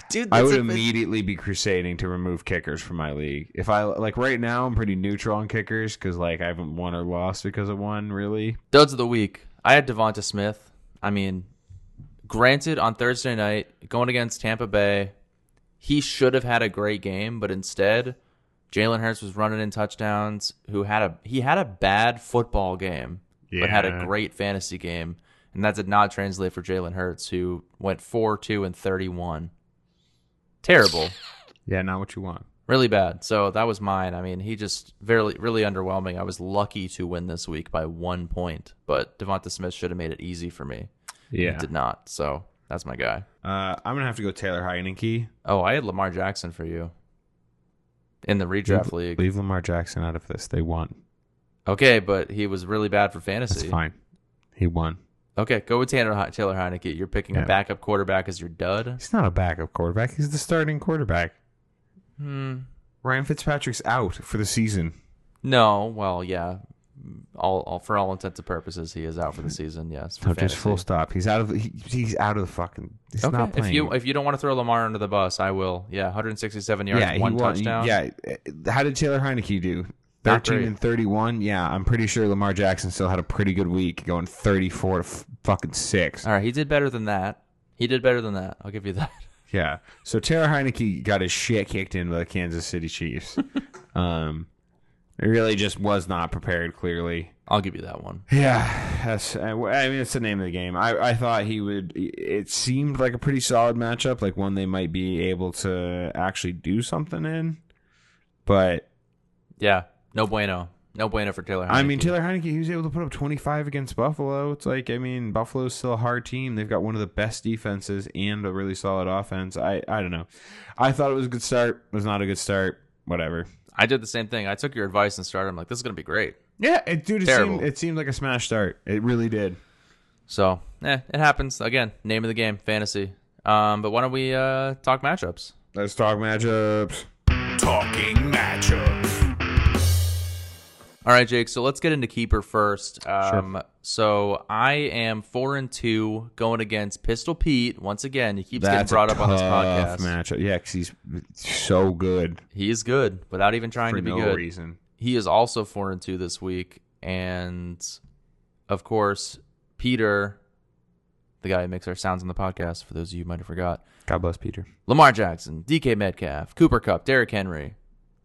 Speaker 2: Dude,
Speaker 3: I
Speaker 2: that's
Speaker 3: would
Speaker 2: a-
Speaker 3: immediately be crusading to remove kickers from my league. If I like right now, I'm pretty neutral on kickers because like I haven't won or lost because of one really.
Speaker 2: Duds of the week. I had Devonta Smith. I mean, granted, on Thursday night, going against Tampa Bay, he should have had a great game, but instead, Jalen Hurts was running in touchdowns. Who had a he had a bad football game, but had a
Speaker 3: Yeah.
Speaker 2: great fantasy game, and that did not translate for Jalen Hurts, who went four two and thirty one. Terrible,
Speaker 3: Yeah, not what you want.
Speaker 2: really bad. So that was mine. I mean, he just really really underwhelming. I was lucky to win this week by one point, but Devonta Smith should have made it easy for me.
Speaker 3: Yeah,
Speaker 2: It did not. So that's my guy.
Speaker 3: uh, I'm gonna have to go Taylor Heineke.
Speaker 2: Oh, I had Lamar Jackson for you in the redraft league.
Speaker 3: Leave Lamar Jackson out of this. They won.
Speaker 2: Okay, but he was really bad for
Speaker 3: That's
Speaker 2: fantasy.
Speaker 3: fine. He won.
Speaker 2: Okay, go with Tanner, He- Taylor Heineke. You're picking
Speaker 3: Yeah.
Speaker 2: a backup quarterback as your dud.
Speaker 3: He's not a backup quarterback. He's the starting quarterback.
Speaker 2: Hmm.
Speaker 3: Ryan Fitzpatrick's out for the season.
Speaker 2: No, well, yeah. All, all for all intents and purposes, he is out for the season. Yes, for
Speaker 3: No, just
Speaker 2: fantasy.
Speaker 3: full stop. He's out of. He, he's out of the fucking. He's
Speaker 2: Okay,
Speaker 3: not playing.
Speaker 2: if you if you don't want to throw Lamar under the bus, I will. Yeah, 167 yards,
Speaker 3: yeah,
Speaker 2: one
Speaker 3: he won.
Speaker 2: touchdown.
Speaker 3: Yeah, eh, how did Taylor Heineke do?
Speaker 2: Not
Speaker 3: Thirteen
Speaker 2: great.
Speaker 3: and thirty-one. Yeah, I'm pretty sure Lamar Jackson still had a pretty good week, going thirty-four to f- fucking six.
Speaker 2: All right, he did better than that. He did better than that. I'll give you that.
Speaker 3: Yeah. So Taylor Heineke got his shit kicked in by the Kansas City Chiefs. um, It really just was not prepared. Clearly,
Speaker 2: I'll give you that one.
Speaker 3: yeah. That's. eh, I mean, it's the name of the game. I I thought he would. It seemed like a pretty solid matchup, like one they might be able to actually do something in. But
Speaker 2: Yeah, no bueno, no bueno for Taylor.
Speaker 3: I mean,
Speaker 2: Heineke.
Speaker 3: Taylor Heineke, he was able to put up 25 against Buffalo. It's like, I mean, Buffalo's still a hard team. They've got one of the best defenses and a really solid offense. I, I don't know. I thought it was a good start. It was not a good start. Whatever.
Speaker 2: I did the same thing. I took your advice and started. I'm like, this is gonna be great.
Speaker 3: Yeah, it, dude, it
Speaker 2: Terrible.
Speaker 3: seemed, it seemed like a smash start. It really did.
Speaker 2: So, eh, it happens again. Name of the game, fantasy. Um, but why don't we uh talk matchups?
Speaker 3: Let's talk matchups.
Speaker 1: Talking matchups.
Speaker 2: All right, Jake. So let's get into keeper first. Um, So I am four and two going against Pistol Pete once again. He keeps getting brought up on this podcast.
Speaker 3: Matchup. Yeah, because he's so good
Speaker 2: He is good without even trying
Speaker 3: for
Speaker 2: to be
Speaker 3: no
Speaker 2: good.
Speaker 3: reason.
Speaker 2: He is also four and two this week, and of course Peter, the guy who makes our sounds on the podcast. For those of you who might have forgot,
Speaker 3: God bless Peter.
Speaker 2: Lamar Jackson, DK Metcalf, Cooper Cup, Derrick Henry,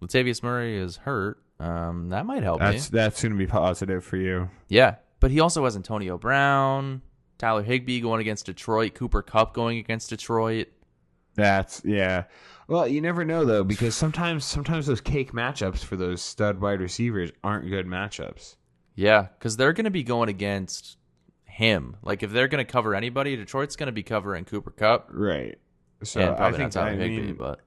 Speaker 2: Latavius Murray is hurt. Um, that might help me.
Speaker 3: That's that's going to be positive for you.
Speaker 2: Yeah, but he also has Antonio Brown, Tyler Higbee going against Detroit, Cooper Cup going against Detroit.
Speaker 3: That's yeah. Well, you never know though, because sometimes sometimes those cake matchups for those stud wide receivers aren't good matchups.
Speaker 2: Yeah, because they're going to be going against him. Like if they're going to cover anybody, Detroit's going to be covering Cooper Cup
Speaker 3: Right. So
Speaker 2: and
Speaker 3: I
Speaker 2: probably
Speaker 3: think
Speaker 2: not Tyler
Speaker 3: I
Speaker 2: Higbee.
Speaker 3: mean,
Speaker 2: but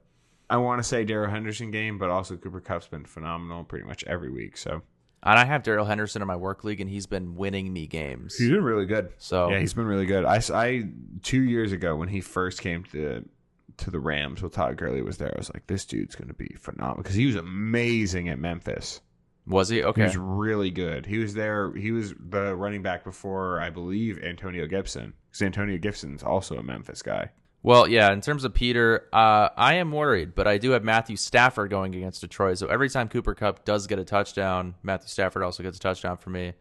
Speaker 3: I want to say Daryl Henderson game, but also Cooper Cup's been phenomenal pretty much every week. So
Speaker 2: and I have Daryl Henderson in my work league, and he's been winning me games.
Speaker 3: he's been really good.
Speaker 2: So
Speaker 3: Yeah, he's been really good. I, s- I- two years ago when he first came to to the Rams, with Todd Gurley was there. I was like, this dude's going to be phenomenal because he was amazing at Memphis.
Speaker 2: was he
Speaker 3: He
Speaker 2: okay?
Speaker 3: was really good. He was there. He was the running back before, I believe, Antonio Gibson. Because Antonio Gibson's also a Memphis guy.
Speaker 2: Well, yeah, in terms of Peter, uh, I am worried, but I do have Matthew Stafford going against Detroit. So every time Cooper Cup does get a touchdown, Matthew Stafford also gets a touchdown for me.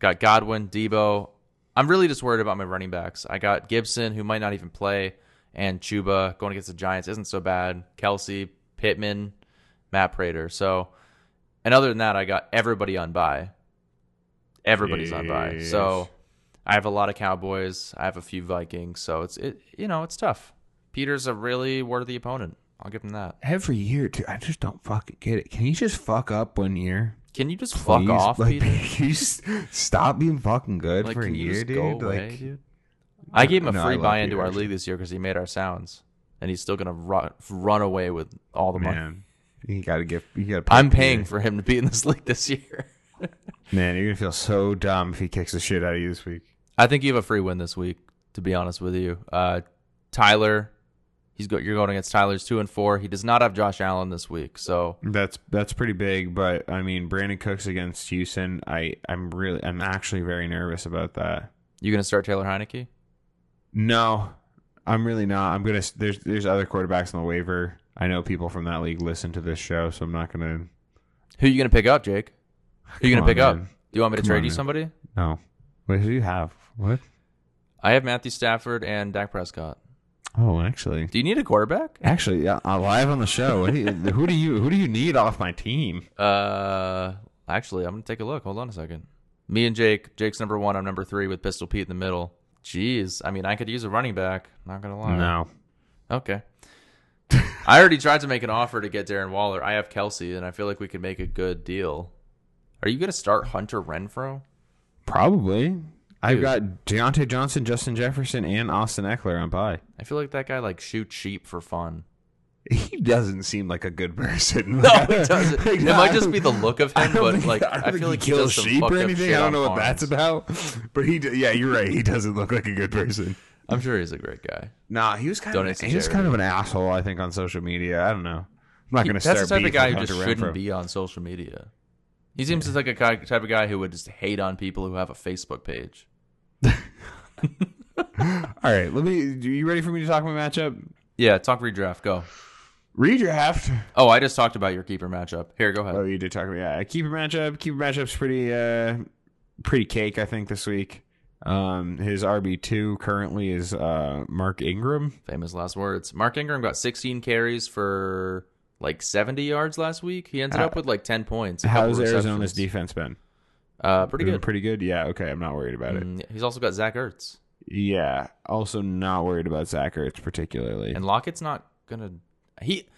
Speaker 2: Got Godwin, Debo. I'm really just worried about my running backs. I got Gibson, who might not even play, and Chuba going against the Giants isn't so bad. Kelsey, Pittman, Matt Prater. So, and other than that, I got everybody on bye. Everybody's on bye. So.
Speaker 3: Yes.
Speaker 2: I have a lot of Cowboys. I have a few Vikings. So it's it. You know, it's tough. Peter's a really worthy opponent. I'll give him that.
Speaker 3: Every year, dude, I just don't fucking get it. Can he just fuck up one year?
Speaker 2: Can you just fuck
Speaker 3: Please?
Speaker 2: off,
Speaker 3: like,
Speaker 2: Peter?
Speaker 3: Can you just stop being fucking good
Speaker 2: Like,
Speaker 3: for a
Speaker 2: can you
Speaker 3: year,
Speaker 2: just
Speaker 3: dude?
Speaker 2: go
Speaker 3: like,
Speaker 2: away, dude? I gave him a
Speaker 3: No, I
Speaker 2: free
Speaker 3: love
Speaker 2: buy into
Speaker 3: Peter,
Speaker 2: our
Speaker 3: actually.
Speaker 2: league this year because he made our sounds, and he's still gonna run, run away with all the money.
Speaker 3: man, you gotta get. You gotta. pay
Speaker 2: I'm
Speaker 3: Peter.
Speaker 2: paying for him to be in this league this year.
Speaker 3: Man, you're gonna feel so dumb if he kicks the shit out of you this week.
Speaker 2: I think you have a free win this week. To be honest with you, uh, Tyler, he's go- you're going against Tyler's two and four. He does not have Josh Allen this week, so
Speaker 3: That's that's pretty big, but I mean, Brandon Cooks against Houston. I I'm really I'm actually very nervous about that.
Speaker 2: you gonna start Taylor Heineke?
Speaker 3: No, I'm really not. I'm gonna. There's there's other quarterbacks on the waiver. I know people from that league listen to this show, so I'm not gonna.
Speaker 2: Who you gonna pick up, Jake? Who you
Speaker 3: Come
Speaker 2: gonna pick
Speaker 3: on,
Speaker 2: up?
Speaker 3: man.
Speaker 2: Do you want me to
Speaker 3: Come
Speaker 2: trade
Speaker 3: on,
Speaker 2: you
Speaker 3: man.
Speaker 2: somebody?
Speaker 3: No. What do you have? What?
Speaker 2: I have Matthew Stafford and Dak Prescott.
Speaker 3: Oh, actually,
Speaker 2: Do you need a quarterback?
Speaker 3: actually, uh, uh, live on the show. What do you, who do you who do you need off my team?
Speaker 2: Uh, actually, I'm gonna take a look. Hold on a second. Me and Jake. Jake's number one. I'm number three with Pistol Pete in the middle. Jeez, I mean, I could use a running back. Not gonna lie.
Speaker 3: No.
Speaker 2: Okay. I already tried to make an offer to get Darren Waller. I have Kelsey, and I feel like we could make a good deal. Are you gonna start Hunter Renfro?
Speaker 3: Probably. I've
Speaker 2: Dude.
Speaker 3: got Deontay Johnson, Justin Jefferson, and Austin Eckler on bye.
Speaker 2: I feel like that guy like shoots sheep for fun.
Speaker 3: He doesn't seem like a good person.
Speaker 2: No, it doesn't. It might just be the look of him,
Speaker 3: don't
Speaker 2: but
Speaker 3: think-
Speaker 2: like
Speaker 3: don't
Speaker 2: I,
Speaker 3: think
Speaker 2: feel like he
Speaker 3: kills
Speaker 2: does some fucked up shit
Speaker 3: I don't
Speaker 2: on
Speaker 3: know what
Speaker 2: farms.
Speaker 3: that's about. But he, d- yeah, you're right. He doesn't look like a good person.
Speaker 2: I'm sure he's a great guy.
Speaker 3: Nah, he was kind
Speaker 2: Donates
Speaker 3: of
Speaker 2: to
Speaker 3: he was
Speaker 2: charity.
Speaker 3: kind of an asshole. I think on social media. I don't know. I'm not
Speaker 2: He-
Speaker 3: going to start.
Speaker 2: that's the type
Speaker 3: beef
Speaker 2: of guy
Speaker 3: with
Speaker 2: who just
Speaker 3: Hunter
Speaker 2: shouldn't
Speaker 3: Renfrow.
Speaker 2: be on social media. He seems like a guy, type of guy who would just hate on people who have a Facebook page.
Speaker 3: All right, let me. Are you ready for me to talk my matchup?
Speaker 2: Yeah, talk redraft. Go.
Speaker 3: Redraft.
Speaker 2: Oh, I just talked about your keeper matchup. Here, go ahead.
Speaker 3: Oh, you did talk about yeah. Keeper matchup. Keeper matchup's pretty uh pretty cake, I think, this week. Um his RB two currently is uh Mark Ingram.
Speaker 2: Famous last words. Mark Ingram got 16 carries for like 70 yards last week. He ended
Speaker 3: How-
Speaker 2: up with like 10 points. a couple
Speaker 3: How's Arizona's
Speaker 2: receptions.
Speaker 3: defense been?
Speaker 2: Uh, pretty
Speaker 3: Been
Speaker 2: good.
Speaker 3: Pretty good. Yeah. Okay. I'm not worried about it.
Speaker 2: Mm, he's also got Zach Ertz,
Speaker 3: Yeah. Also, not worried about Zach Ertz particularly.
Speaker 2: and Lockett's not gonna. He,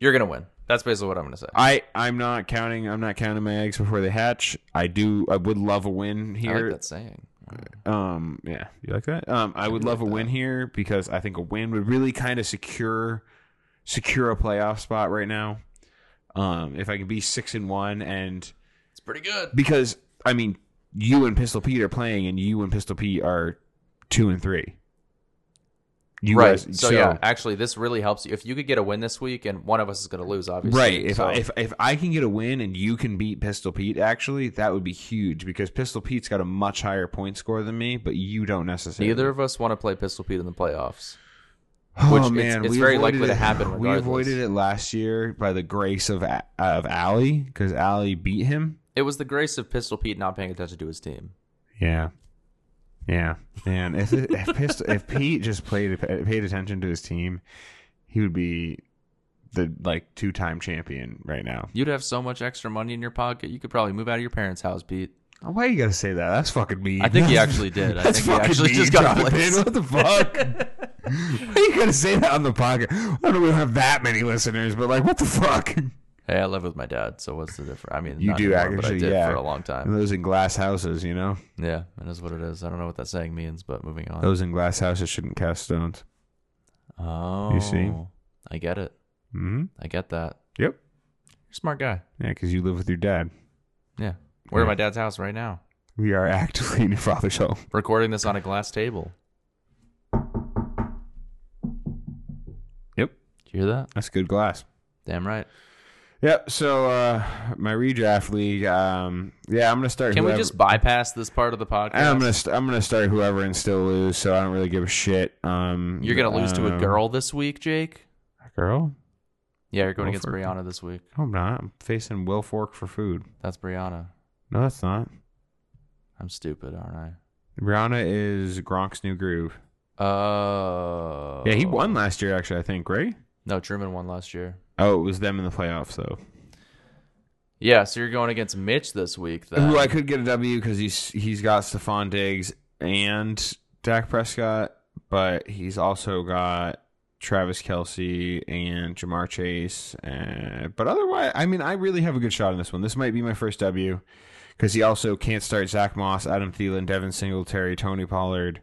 Speaker 2: you're gonna win. That's basically what I'm gonna say.
Speaker 3: I I'm not counting. I'm not counting my eggs before they hatch. I do. I would love a win
Speaker 2: I
Speaker 3: here.
Speaker 2: like that saying.
Speaker 3: Um, yeah, you like that? Um, I would
Speaker 2: do
Speaker 3: love
Speaker 2: like
Speaker 3: a win here because I think a win would really kind of secure secure a playoff spot right now. Um, if I can be six and one, and
Speaker 2: It's pretty good.
Speaker 3: because I mean, you and Pistol Pete are playing, and you and Pistol Pete are two and three. You
Speaker 2: right.
Speaker 3: guys-
Speaker 2: so, yeah, actually, this really helps you. If you could get a win this week, and one of us is gonna lose, obviously.
Speaker 3: Right. If,
Speaker 2: so-
Speaker 3: I, if if I can get a win and you can beat Pistol Pete, actually, that would be huge because Pistol Pete's got a much higher point score than me, but you don't necessarily.
Speaker 2: neither of us want to play Pistol Pete in the playoffs,
Speaker 3: Oh
Speaker 2: which it's-
Speaker 3: man,
Speaker 2: it's
Speaker 3: we
Speaker 2: very
Speaker 3: avoided
Speaker 2: likely to
Speaker 3: it-
Speaker 2: happen
Speaker 3: We avoided
Speaker 2: regardless.
Speaker 3: it last year by the grace of A- of Allie because Allie beat him.
Speaker 2: it was the grace of Pistol Pete not paying attention to his team.
Speaker 3: Yeah, yeah, man. If it, if, Pist- if Pete just played paid attention to his team, he would be the like two time champion right now.
Speaker 2: You'd have so much extra money in your pocket, you could probably move out of your parents' house, Pete.
Speaker 3: Why you gotta say that? That's fucking mean.
Speaker 2: I think he
Speaker 3: That's-
Speaker 2: actually did. I
Speaker 3: That's
Speaker 2: think he
Speaker 3: fucking
Speaker 2: actually
Speaker 3: mean,
Speaker 2: just got
Speaker 3: Jonathan.
Speaker 2: placed.
Speaker 3: What the fuck? Why you gotta say that on the podcast? I know we don't have that many listeners, but like, what the fuck?
Speaker 2: Hey, I live with my dad, so what's the difference? I mean,
Speaker 3: You
Speaker 2: not
Speaker 3: do
Speaker 2: anymore, but I
Speaker 3: actually,
Speaker 2: did
Speaker 3: yeah.
Speaker 2: for a long time.
Speaker 3: Those in glass houses, you know.
Speaker 2: Yeah, it is what it is. I don't know what that saying means, but moving on.
Speaker 3: Those in glass houses shouldn't cast stones.
Speaker 2: Oh,
Speaker 3: see?
Speaker 2: I get it.
Speaker 3: hmm
Speaker 2: I get that.
Speaker 3: Yep.
Speaker 2: You're a smart guy.
Speaker 3: Yeah, because you live with your dad.
Speaker 2: Yeah. We're at
Speaker 3: Yeah.
Speaker 2: my dad's house right now,
Speaker 3: We are actively in your father's home.
Speaker 2: recording this on a glass table.
Speaker 3: Yep.
Speaker 2: Did you hear that?
Speaker 3: That's good glass.
Speaker 2: Damn right.
Speaker 3: Yep. So uh, my redraft league. Um, yeah, I'm gonna start.
Speaker 2: Can we
Speaker 3: whoever-
Speaker 2: just bypass this part of the podcast?
Speaker 3: I'm gonna st- I'm gonna start whoever and still lose. So I don't really give a shit. Um,
Speaker 2: You're gonna lose to a
Speaker 3: um,
Speaker 2: girl this week, Jake.
Speaker 3: a Girl?
Speaker 2: Yeah, you're going
Speaker 3: Go
Speaker 2: against
Speaker 3: for it.
Speaker 2: Brianna this week.
Speaker 3: No, I'm not. I'm facing Will Fork for food.
Speaker 2: That's Brianna.
Speaker 3: No, that's not.
Speaker 2: I'm stupid, aren't I?
Speaker 3: Brianna is Gronk's new groove.
Speaker 2: Oh.
Speaker 3: Yeah, he won last year. Actually, I think right.
Speaker 2: No, Truman won last year.
Speaker 3: Oh, it was them in the playoffs though.
Speaker 2: Yeah, so you're going against Mitch this week, then.
Speaker 3: Who I could get a W because he's he's got Stephon Diggs and Dak Prescott, but he's also got Travis Kelsey and Jamar Chase. And, but otherwise, I mean, I really have a good shot in this one. This might be my first W because he also can't start Zach Moss, Adam Thielen, Devin Singletary, Tony Pollard.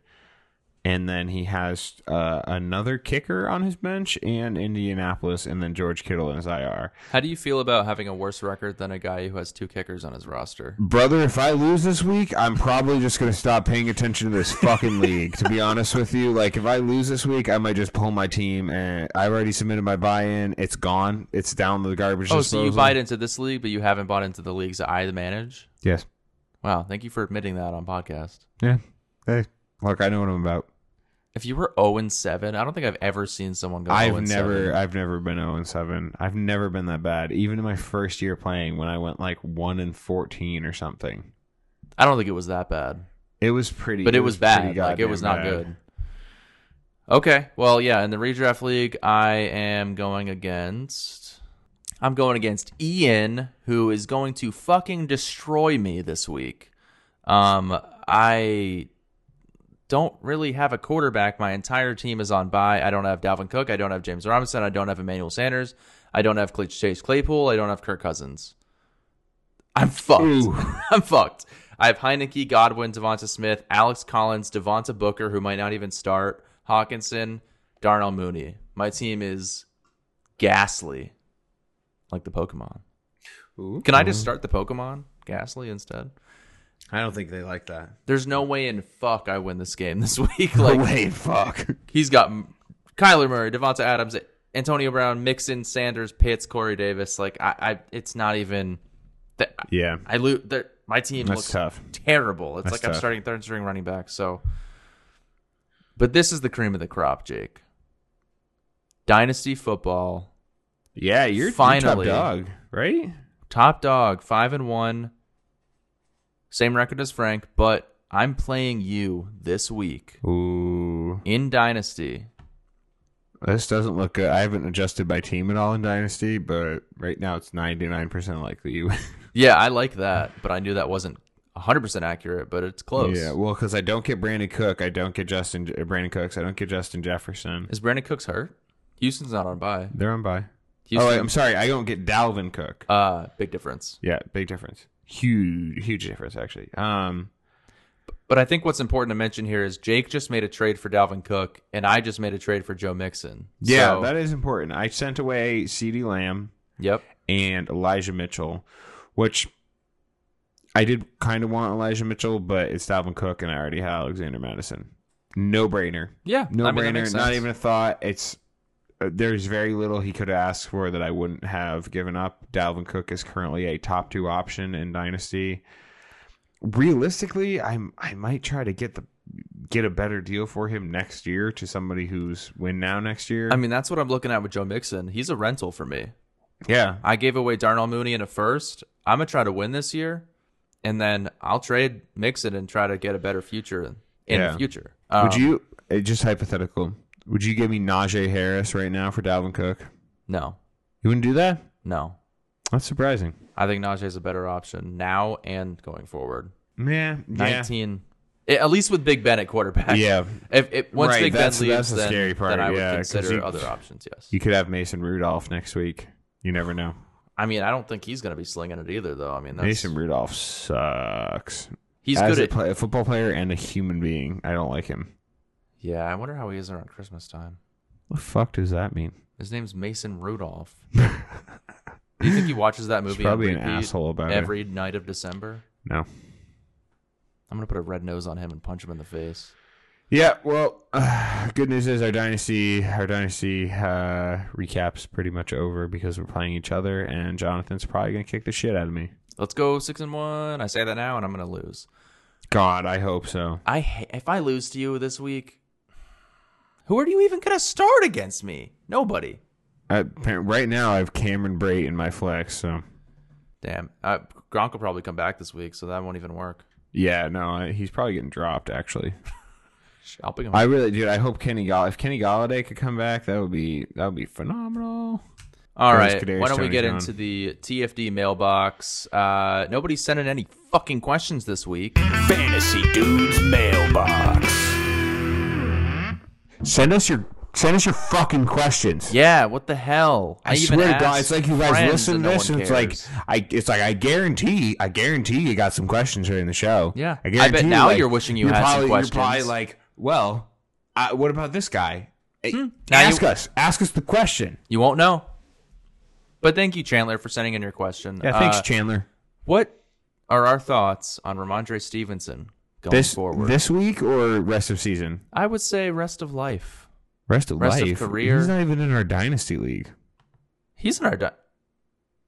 Speaker 3: And then he has uh, another kicker on his bench and Indianapolis, and then George Kittle in his IR.
Speaker 2: How do you feel about having a worse record than a guy who has two kickers on his roster?
Speaker 3: Brother, if I lose this week, I'm probably just going to stop paying attention to this fucking league, to be honest with you. Like, if I lose this week, I might just pull my team. And I've already submitted my buy in. It's gone. It's down the garbage.
Speaker 2: Oh, so
Speaker 3: disposal.
Speaker 2: you bought into this league, but you haven't bought into the leagues that I manage?
Speaker 3: Yes.
Speaker 2: Wow, thank you for admitting that on podcast.
Speaker 3: Yeah. Hey, look, I know what I'm about.
Speaker 2: If you were 0 and 7, I don't think I've ever seen someone go
Speaker 3: I've
Speaker 2: 0 Oh, and
Speaker 3: never,
Speaker 2: 7.
Speaker 3: uh, I've never been 0 and 7. I've never been that bad. Even in my first year playing, when I went like 1 and 14 or something,
Speaker 2: I don't think it was that bad,
Speaker 3: it was pretty.
Speaker 2: but it was
Speaker 3: pretty
Speaker 2: bad. Like, it
Speaker 3: goddamn
Speaker 2: was not
Speaker 3: bad.
Speaker 2: good. Okay, well, yeah, in the redraft league, I am going against. I'm going against Ian, who is going to fucking destroy me this week. Um, I don't really have a quarterback. My entire team is on bye. I don't have Dalvin Cook. I don't have James Robinson. I don't have Emmanuel Sanders. I don't have Cle- Chase Claypool. I don't have Kirk Cousins. I'm fucked.
Speaker 3: Ooh.
Speaker 2: I'm fucked. I have Heineke, Godwin, Devonta Smith, Alex Collins, Devonta Booker, who might not even start, Hawkinson, Darnell Mooney. My team is ghastly, like the Pokemon. Can I just start the Pokemon Ghastly instead?
Speaker 3: I don't think they like that.
Speaker 2: There's no way in fuck I win this game this week. Like
Speaker 3: Wait, fuck.
Speaker 2: he's got M- Kyler Murray, Devonta Adams, Antonio Brown, Mixon, Sanders, Pitts, Corey Davis. Like I, I it's not even. That,
Speaker 3: Yeah.
Speaker 2: I lose. My team
Speaker 3: That's
Speaker 2: looks
Speaker 3: tough.
Speaker 2: terrible. It's
Speaker 3: That's
Speaker 2: like I'm
Speaker 3: tough.
Speaker 2: starting third string running back. So, but this is the cream of the crop, Jake. Dynasty football,
Speaker 3: Yeah, you're
Speaker 2: Finally.
Speaker 3: finally top dog, right?
Speaker 2: top dog, five and one, same record as Frank, but I'm playing you this week
Speaker 3: Ooh,
Speaker 2: in Dynasty.
Speaker 3: This doesn't look good. I haven't adjusted my team at all in Dynasty, but right now it's 99% likely you win.
Speaker 2: Yeah, I like that, but I knew that wasn't 100% accurate, but it's close.
Speaker 3: Yeah, well, because I don't get Brandon Cook. I don't get Justin uh, Brandon Cooks. I don't get Justin Jefferson.
Speaker 2: Is Brandon Cooks hurt? Houston's not on bye.
Speaker 3: They're on by. Oh,
Speaker 2: Houston,
Speaker 3: wait, I'm sorry. I don't get Dalvin Cook.
Speaker 2: uh, big difference.
Speaker 3: yeah, big difference. Huge, huge difference, actually. Um,
Speaker 2: But I think what's important to mention here is Jake just made a trade for Dalvin Cook, and I just made a trade for Joe Mixon.
Speaker 3: yeah,
Speaker 2: So-
Speaker 3: that is important. I sent away CeeDee Lamb
Speaker 2: yep.
Speaker 3: and Elijah Mitchell, which I did kind of want Elijah Mitchell, but it's Dalvin Cook, and I already had Alexander Madison. No brainer.
Speaker 2: Yeah,
Speaker 3: No
Speaker 2: I mean, that
Speaker 3: brainer.
Speaker 2: makes
Speaker 3: Not
Speaker 2: sense.
Speaker 3: even a thought. It's uh, there's very little he could ask for that I wouldn't have given up. Dalvin Cook is currently a top two option in Dynasty. Realistically, I'm I might try to get the get a better deal for him next year to somebody who's win now next year.
Speaker 2: I mean, that's what I'm looking at with Joe Mixon. He's a rental for me.
Speaker 3: yeah,
Speaker 2: I gave away Darnell Mooney in a first. I'm gonna try to win this year, and then I'll trade Mixon and try to get a better future in
Speaker 3: Yeah.
Speaker 2: the future. Um,
Speaker 3: would you uh, just hypothetical? Would you give me Najee Harris right now for Dalvin Cook?
Speaker 2: No,
Speaker 3: You wouldn't do that.
Speaker 2: no.
Speaker 3: That's surprising.
Speaker 2: I think Najee is a better option now and going forward.
Speaker 3: Yeah,
Speaker 2: Nineteen, eh, at least with Big Ben at quarterback.
Speaker 3: Yeah.
Speaker 2: If, if once
Speaker 3: Right,
Speaker 2: Big Ben
Speaker 3: that's-
Speaker 2: leaves,
Speaker 3: that's the
Speaker 2: then,
Speaker 3: scary part,
Speaker 2: then I would
Speaker 3: yeah, 'cause
Speaker 2: consider
Speaker 3: you-
Speaker 2: other options. Yes.
Speaker 3: You could have Mason Rudolph next week. You never know.
Speaker 2: I mean, I don't think he's gonna be slinging it either, though. I mean, that's,
Speaker 3: Mason Rudolph sucks.
Speaker 2: he's
Speaker 3: As
Speaker 2: good
Speaker 3: a,
Speaker 2: at.
Speaker 3: play- a football player and a human being, I don't like him.
Speaker 2: yeah, I wonder how he is around Christmas time.
Speaker 3: What the fuck does that mean?
Speaker 2: His name's Mason Rudolph. Do you think he watches that movie? on
Speaker 3: probably an
Speaker 2: repeat
Speaker 3: asshole about it.
Speaker 2: every night of December.
Speaker 3: No.
Speaker 2: I'm gonna put a red nose on him and punch him in the face.
Speaker 3: Yeah. Well, good news is our dynasty, our dynasty uh, recaps pretty much over because we're playing each other, and Jonathan's probably gonna kick the shit out of me.
Speaker 2: Let's go six and one. I say that now, and I'm gonna lose.
Speaker 3: God, I hope so.
Speaker 2: I ha- if I lose to you this week, who are you even gonna start against me? Nobody.
Speaker 3: I, right now, I have Cameron Brait in my flex, so
Speaker 2: Damn. Uh, Gronk will probably come back this week, so that won't even work.
Speaker 3: yeah, no, I, he's probably getting dropped. Actually,
Speaker 2: Sh- I'll pick him.
Speaker 3: I
Speaker 2: up.
Speaker 3: really, dude, I hope Kenny Gall, if Kenny Galladay could come back, that would be that would be phenomenal.
Speaker 2: All right.
Speaker 3: Kadarius
Speaker 2: Why don't we
Speaker 3: Tony's
Speaker 2: get
Speaker 3: gone.
Speaker 2: into the TFD mailbox? Uh, nobody's sending any fucking questions this week.
Speaker 1: Fantasy Dudes Mailbox.
Speaker 3: Send us your send us your fucking questions.
Speaker 2: Yeah, what the hell?
Speaker 3: I, swear to God,
Speaker 2: asked
Speaker 3: it's like you guys
Speaker 2: friends
Speaker 3: listen to
Speaker 2: no
Speaker 3: this,
Speaker 2: one
Speaker 3: and it's like
Speaker 2: cares.
Speaker 3: I, it's like I guarantee, I guarantee you got some questions during the show.
Speaker 2: Yeah. I
Speaker 3: I guarantee.
Speaker 2: bet
Speaker 3: you,
Speaker 2: now
Speaker 3: like,
Speaker 2: you're wishing you had some
Speaker 3: probably,
Speaker 2: questions.
Speaker 3: You're probably like, well, I, what about this guy? Eh,
Speaker 2: Hmm. Now you-
Speaker 3: Ask us, ask us the question.
Speaker 2: you won't know. But thank you, Chandler, for sending in your question.
Speaker 3: Yeah, thanks,
Speaker 2: Uh,
Speaker 3: Chandler.
Speaker 2: what are our thoughts on Ramondre Stevenson going
Speaker 3: This
Speaker 2: forward?
Speaker 3: this week or rest of season,
Speaker 2: I would say rest of life.
Speaker 3: rest of
Speaker 2: Rest of
Speaker 3: life,
Speaker 2: career.
Speaker 3: He's not even in our dynasty league.
Speaker 2: He's in our. Di-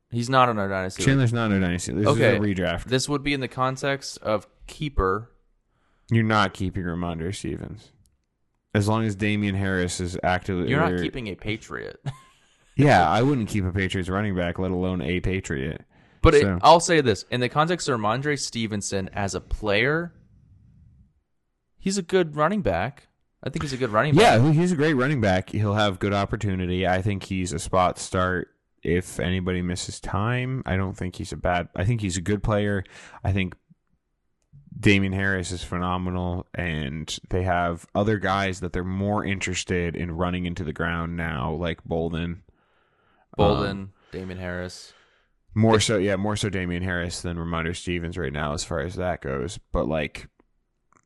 Speaker 2: He's not in our dynasty. league.
Speaker 3: Chandler's not in our dynasty. This
Speaker 2: okay,
Speaker 3: is a redraft.
Speaker 2: This would be in the context of keeper.
Speaker 3: You're not keeping Ramondre Stevens. As long as Damian Harris is actively,
Speaker 2: You're
Speaker 3: or-
Speaker 2: not keeping a patriot.
Speaker 3: Yeah, I wouldn't keep a Patriots running back, let alone a Patriot.
Speaker 2: But it,
Speaker 3: So-
Speaker 2: I'll say this in the context of Ramondre Stevenson as a player, he's a good running back. I think he's a good running back.
Speaker 3: Yeah, Um, he- he's a great running back. He'll have good opportunity. I think he's a spot start if anybody misses time. I don't think he's a bad. I think he's a good player. I think Damian Harris is phenomenal, and they have other guys that they're more interested in running into the ground now, like Bolden.
Speaker 2: Bolden, Damon Harris.
Speaker 3: More so, yeah, more so Damian Harris than Ramondre Stevens right now, as far as that goes. But like,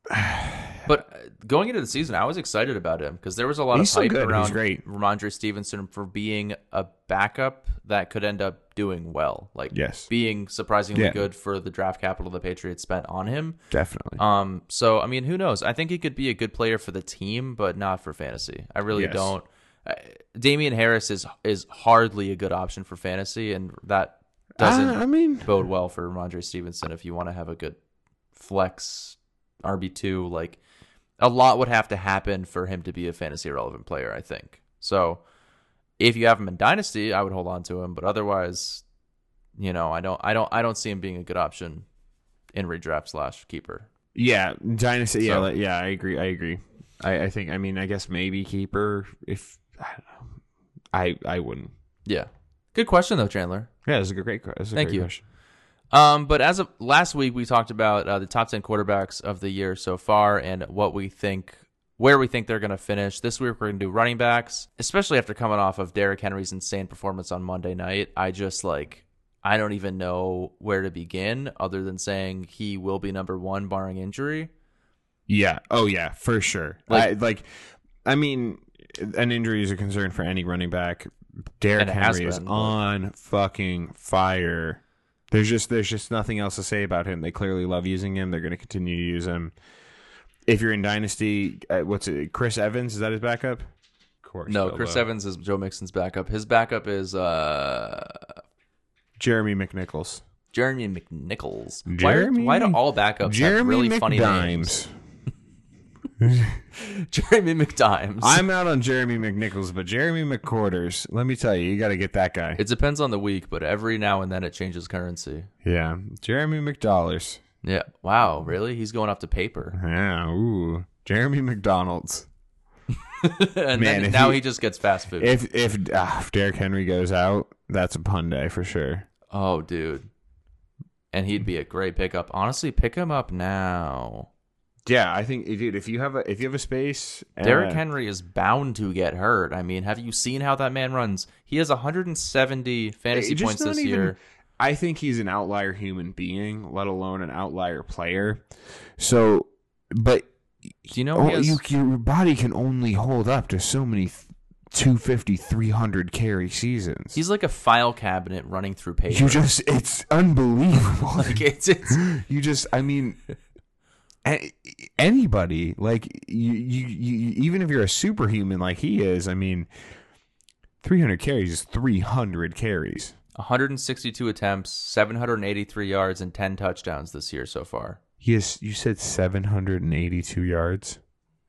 Speaker 2: But uh, going into the season, I was excited about him because there was a lot
Speaker 3: He's
Speaker 2: of
Speaker 3: so
Speaker 2: hype
Speaker 3: good. He's
Speaker 2: around
Speaker 3: great.
Speaker 2: Ramondre Stevenson for being a backup that could end up doing well, like
Speaker 3: Yes.
Speaker 2: being surprisingly
Speaker 3: Yeah.
Speaker 2: good for the draft capital the Patriots spent on him.
Speaker 3: definitely,
Speaker 2: Um, so I mean, who knows? I think he could be a good player for the team, but not for fantasy. I really
Speaker 3: Yes.
Speaker 2: don't. Uh, Damian Harris is is hardly a good option for fantasy, and that doesn't
Speaker 3: I, I mean,
Speaker 2: bode well for Ramondre Stevenson if you want to have a good flex RB two. Like a lot would have to happen for him to be a fantasy relevant player, I think. So if you have him in Dynasty, I would hold on to him, but otherwise, you know, I don't I don't I don't see him being a good option in redraft slash keeper.
Speaker 3: Yeah, dynasty. Yeah,
Speaker 2: So-
Speaker 3: like- yeah, I agree. I agree. I, I think. I mean, I guess maybe keeper if I I wouldn't.
Speaker 2: Yeah. Good question though, Chandler.
Speaker 3: Yeah, that's a great, that's a
Speaker 2: Thank
Speaker 3: great
Speaker 2: you.
Speaker 3: question.
Speaker 2: Um, but as of last week, we talked about uh, the top ten quarterbacks of the year so far and what we think, where we think they're going to finish. This week, we're going to do running backs, especially after coming off of Derrick Henry's insane performance on Monday night. I just like, I don't even know where to begin other than saying he will be number one, barring injury.
Speaker 3: Yeah. Oh yeah, for sure.
Speaker 2: Like-
Speaker 3: Like I, like, I mean, an injury is a concern for any running back. Derrick
Speaker 2: And it has
Speaker 3: Henry is
Speaker 2: been, but-
Speaker 3: on fucking fire. There's just there's just nothing else to say about him. They clearly love using him. They're going to continue to use him. If you're in dynasty, uh, what's it? Chris Evans is that his backup? Of course.
Speaker 2: No,
Speaker 3: Bilbo.
Speaker 2: Chris Evans is Joe Mixon's backup. His backup is uh,
Speaker 3: Jeremy McNichols.
Speaker 2: Jeremy McNichols.
Speaker 3: Jeremy-
Speaker 2: why, are, why do all backups have
Speaker 3: Jeremy
Speaker 2: really funny names?
Speaker 3: McDimes.
Speaker 2: Jeremy McDimes.
Speaker 3: I'm out on Jeremy McNichols, but Jeremy McQuarters. Let me tell you, you got to get that guy.
Speaker 2: It depends on the week, but every now and then it changes currency.
Speaker 3: Yeah, Jeremy McDollars.
Speaker 2: Yeah. Wow, really? He's going off to paper.
Speaker 3: Yeah, ooh, Jeremy McDonald's.
Speaker 2: and
Speaker 3: Man,
Speaker 2: then,
Speaker 3: if
Speaker 2: now
Speaker 3: he-
Speaker 2: he just gets fast food.
Speaker 3: If if, ah, if Derrick Henry goes out, that's a pun day for sure.
Speaker 2: oh, dude. And he'd be a great pickup. Honestly, pick him up now.
Speaker 3: Yeah, I think, dude, if you have a if you have a space, uh,
Speaker 2: Derrick Henry is bound to get hurt. I mean, have you seen how that man runs? He has 170 fantasy points this year.
Speaker 3: I think he's an outlier human being, let alone an outlier player. So, but
Speaker 2: Do you know
Speaker 3: oh,
Speaker 2: he has,
Speaker 3: you, your body can only hold up to so many. 250 300 carry seasons
Speaker 2: he's like a file cabinet running through paper.
Speaker 3: you just it's unbelievable
Speaker 2: like it's, it's
Speaker 3: you just i mean a- anybody like you, you you even if you're a superhuman like he is i mean 300 carries is 300 carries
Speaker 2: 162 attempts, 783 yards, and 10 touchdowns this year so far.
Speaker 3: he is you said 782 yards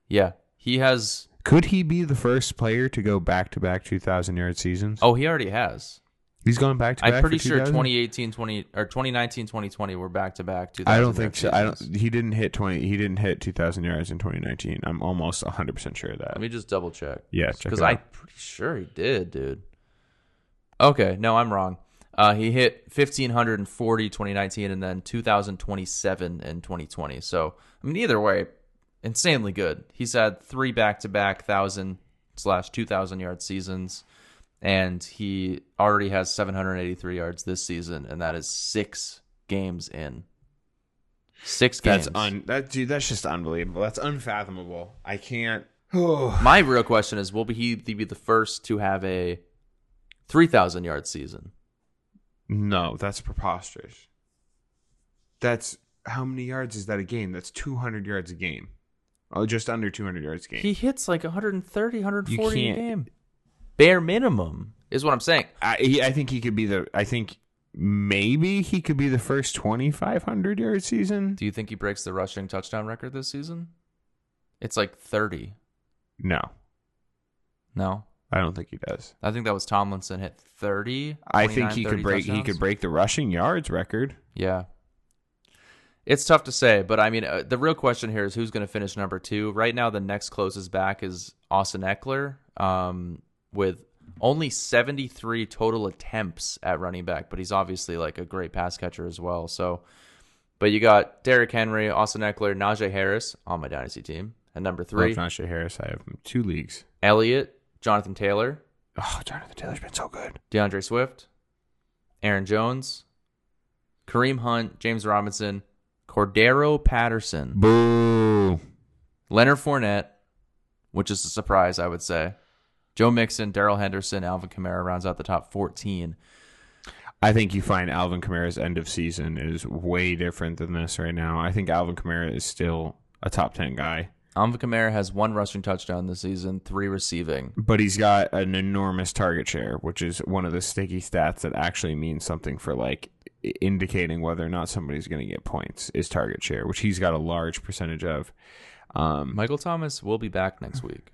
Speaker 2: Yeah. He has
Speaker 3: could he be the first player to go back to back 2000 yard seasons
Speaker 2: Oh, he already has.
Speaker 3: he's going back to back
Speaker 2: I'm pretty sure 2018 20 or 2019 2020 were back to back 2000.
Speaker 3: I don't think so.
Speaker 2: seasons.
Speaker 3: I don't. He didn't hit twenty. He didn't hit two thousand yards in twenty nineteen. I'm almost hundred percent sure of that.
Speaker 2: Let me just double check.
Speaker 3: Yeah, check
Speaker 2: Cuz
Speaker 3: it
Speaker 2: I'm
Speaker 3: out.
Speaker 2: pretty sure he did, dude. Okay, no, I'm wrong. Uh, he hit 1540 2019 and then 2027 and 2020. So, I mean either way, insanely good. He's had three back-to-back 1000 slash 2000 yard seasons and he already has 783 yards this season and that is 6 games in. 6 games.
Speaker 3: That's un that dude. That's just unbelievable. That's unfathomable. I can't. Oh,
Speaker 2: My real question is, will he be the first to have a 3,000 yard season?
Speaker 3: no, that's preposterous. That's how many yards is that a game? That's two hundred yards a game. Oh, just under two hundred yards a game.
Speaker 2: He hits like 130, 140
Speaker 3: You
Speaker 2: a
Speaker 3: can't-
Speaker 2: game. Bare minimum is what I'm saying.
Speaker 3: I, he, I think he could be the. I think maybe he could be the first twenty five hundred yard season.
Speaker 2: Do you think he breaks the rushing touchdown record this season? It's like 30.
Speaker 3: No,
Speaker 2: No.
Speaker 3: I don't think he does.
Speaker 2: I think that was Tomlinson hit 30.
Speaker 3: I think
Speaker 2: 29,
Speaker 3: he
Speaker 2: 30
Speaker 3: could break. He
Speaker 2: touchdowns.
Speaker 3: could break the rushing yards record.
Speaker 2: Yeah. It's tough to say, but I mean, uh, the real question here is who's going to finish number two. Right now, the next closest back is Austin Eckler um, with only 73 total attempts at running back, but he's obviously like a great pass catcher as well. So, but you got Derrick Henry, Austin Eckler, Najee Harris on my dynasty team at number three,
Speaker 3: Love Najee Harris. I have him in two leagues.
Speaker 2: Elliott, Jonathan Taylor,
Speaker 3: Oh, Jonathan Taylor's been so good.
Speaker 2: DeAndre Swift, Aaron Jones, Kareem Hunt, James Robinson, Cordero Patterson.
Speaker 3: Boo.
Speaker 2: Leonard Fournette, which is a surprise, I would say. Joe Mixon, Daryl Henderson, Alvin Kamara rounds out the top 14.
Speaker 3: I think you find Alvin Kamara's end of season is way different than this right now. I think Alvin Kamara is still a top 10 guy,
Speaker 2: Alvin Kamara has one rushing touchdown this season, three receiving.
Speaker 3: but he's got an enormous target share, which is one of the sticky stats that actually means something for like i- indicating whether or not somebody's going to get points is target share, which he's got a large percentage of. Um,
Speaker 2: Michael Thomas will be back next week.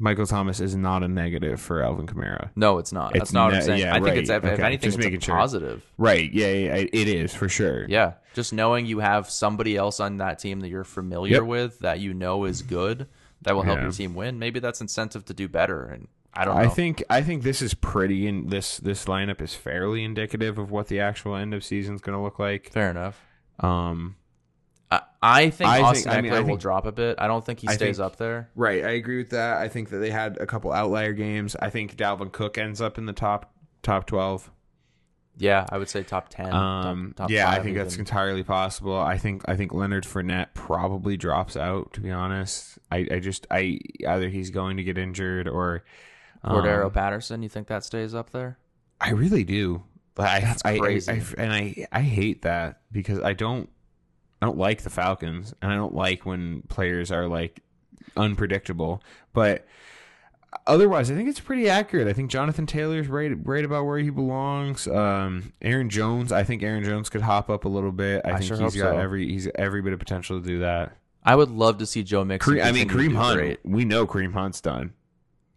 Speaker 3: Michael Thomas is not a negative for Alvin Kamara.
Speaker 2: No, it's not. That's
Speaker 3: It's
Speaker 2: not what
Speaker 3: ne-
Speaker 2: I'm saying.
Speaker 3: yeah,
Speaker 2: I think
Speaker 3: right.
Speaker 2: it's, if, if
Speaker 3: Okay,
Speaker 2: anything,
Speaker 3: just
Speaker 2: it's a
Speaker 3: making sure.
Speaker 2: positive.
Speaker 3: Right. Yeah, yeah, yeah, it is for sure.
Speaker 2: Yeah. Just knowing you have somebody else on that team that you're familiar
Speaker 3: Yep.
Speaker 2: with that you know is good that will help
Speaker 3: Yeah.
Speaker 2: your team win. Maybe that's incentive to do better. And I don't know.
Speaker 3: I think I think this is pretty and this this lineup is fairly indicative of what the actual end of season is going to look like.
Speaker 2: fair enough.
Speaker 3: Um,
Speaker 2: I, I think
Speaker 3: I think-
Speaker 2: Austin
Speaker 3: I mean,
Speaker 2: Eckler
Speaker 3: I
Speaker 2: will
Speaker 3: think-
Speaker 2: drop a bit. I don't think he
Speaker 3: I
Speaker 2: stays
Speaker 3: think-
Speaker 2: up there.
Speaker 3: right, I agree with that. I think that they had a couple outlier games. I think Dalvin Cook ends up in the top top 12.
Speaker 2: Yeah, I would say top ten. top-
Speaker 3: Um,
Speaker 2: top
Speaker 3: yeah, I
Speaker 2: five
Speaker 3: think that's
Speaker 2: even.
Speaker 3: entirely possible. I think I think Leonard Fournette probably drops out. To be honest, I, I just I either he's going to get injured or um,
Speaker 2: Cordero Patterson. You think that stays up there?
Speaker 3: I really do. I,
Speaker 2: That's
Speaker 3: I- I-
Speaker 2: crazy.
Speaker 3: I- and I I hate that because I don't I don't like the Falcons and I don't like when players are like unpredictable. But otherwise, I think it's pretty accurate. I think Jonathan Taylor's right right about where he belongs. Um, Aaron Jones, I think Aaron Jones could hop up a little bit. I,
Speaker 2: I
Speaker 3: think
Speaker 2: sure
Speaker 3: he's
Speaker 2: hope
Speaker 3: got
Speaker 2: so.
Speaker 3: every he's got every bit of potential to do that.
Speaker 2: I would love to see Joe Mixon.
Speaker 3: Kareem, I
Speaker 2: continue
Speaker 3: mean, Kareem
Speaker 2: to do
Speaker 3: Hunt.
Speaker 2: great.
Speaker 3: We know Kareem Hunt's done.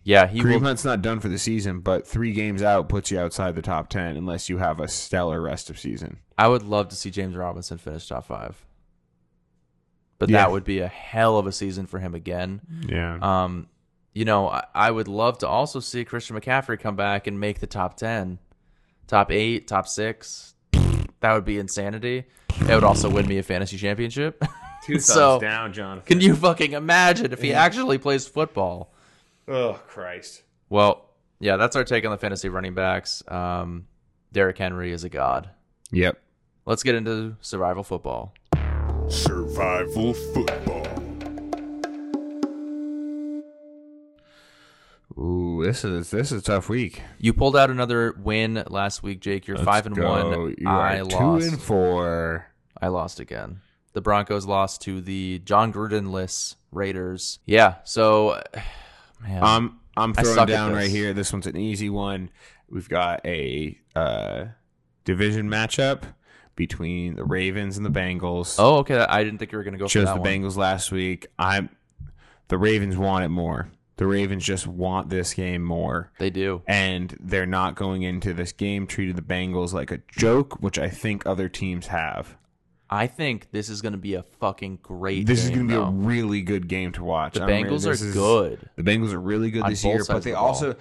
Speaker 2: Yeah, he
Speaker 3: Kareem
Speaker 2: will.
Speaker 3: Hunt's not done for the season, but three games out puts you outside the top ten unless you have a stellar rest of season.
Speaker 2: I would love to see James Robinson finish top five. But
Speaker 3: Yeah.
Speaker 2: that would be a hell of a season for him again.
Speaker 3: Yeah.
Speaker 2: Um, you know, I, I would love to also see Christian McCaffrey come back and make the top ten, top eight, top six. That would be insanity. It would also win me a fantasy championship.
Speaker 3: Two thumbs
Speaker 2: so-
Speaker 3: down, Jonathan.
Speaker 2: Can you fucking imagine if he actually plays football?
Speaker 3: Oh Christ.
Speaker 2: Well, yeah, that's our take on the fantasy running backs. Um, Derrick Henry is a god.
Speaker 3: Yep.
Speaker 2: Let's get into survival football.
Speaker 1: Survival football.
Speaker 3: Ooh, this is this is a tough week.
Speaker 2: You pulled out another win last week, Jake. You're five and
Speaker 3: Go.
Speaker 2: one.
Speaker 3: You are
Speaker 2: I lost.
Speaker 3: Two and four.
Speaker 2: I lost again. The Broncos lost to the John Grudenless Raiders. Yeah. So, man,
Speaker 3: Um, I'm
Speaker 2: I
Speaker 3: throwing
Speaker 2: suck at
Speaker 3: down right
Speaker 2: this.
Speaker 3: here. This one's an easy one. We've got a uh, division matchup between the Ravens and the Bengals.
Speaker 2: oh, okay. I didn't think you were gonna go for
Speaker 3: chose
Speaker 2: that
Speaker 3: the
Speaker 2: one.
Speaker 3: Bengals last week. I'm the Ravens want it more. The Ravens just want this game more.
Speaker 2: They do.
Speaker 3: And they're not going into this game treated the Bengals like a joke, which I think other teams have.
Speaker 2: I think this is gonna be a fucking great.
Speaker 3: This is
Speaker 2: game,
Speaker 3: going to be a
Speaker 2: though.
Speaker 3: really good game to watch.
Speaker 2: The
Speaker 3: I'm re-
Speaker 2: Bengals
Speaker 3: this
Speaker 2: are
Speaker 3: is-
Speaker 2: good.
Speaker 3: The Bengals are really good
Speaker 2: On
Speaker 3: this
Speaker 2: both
Speaker 3: year,
Speaker 2: sides
Speaker 3: but
Speaker 2: of
Speaker 3: they
Speaker 2: the ball.
Speaker 3: also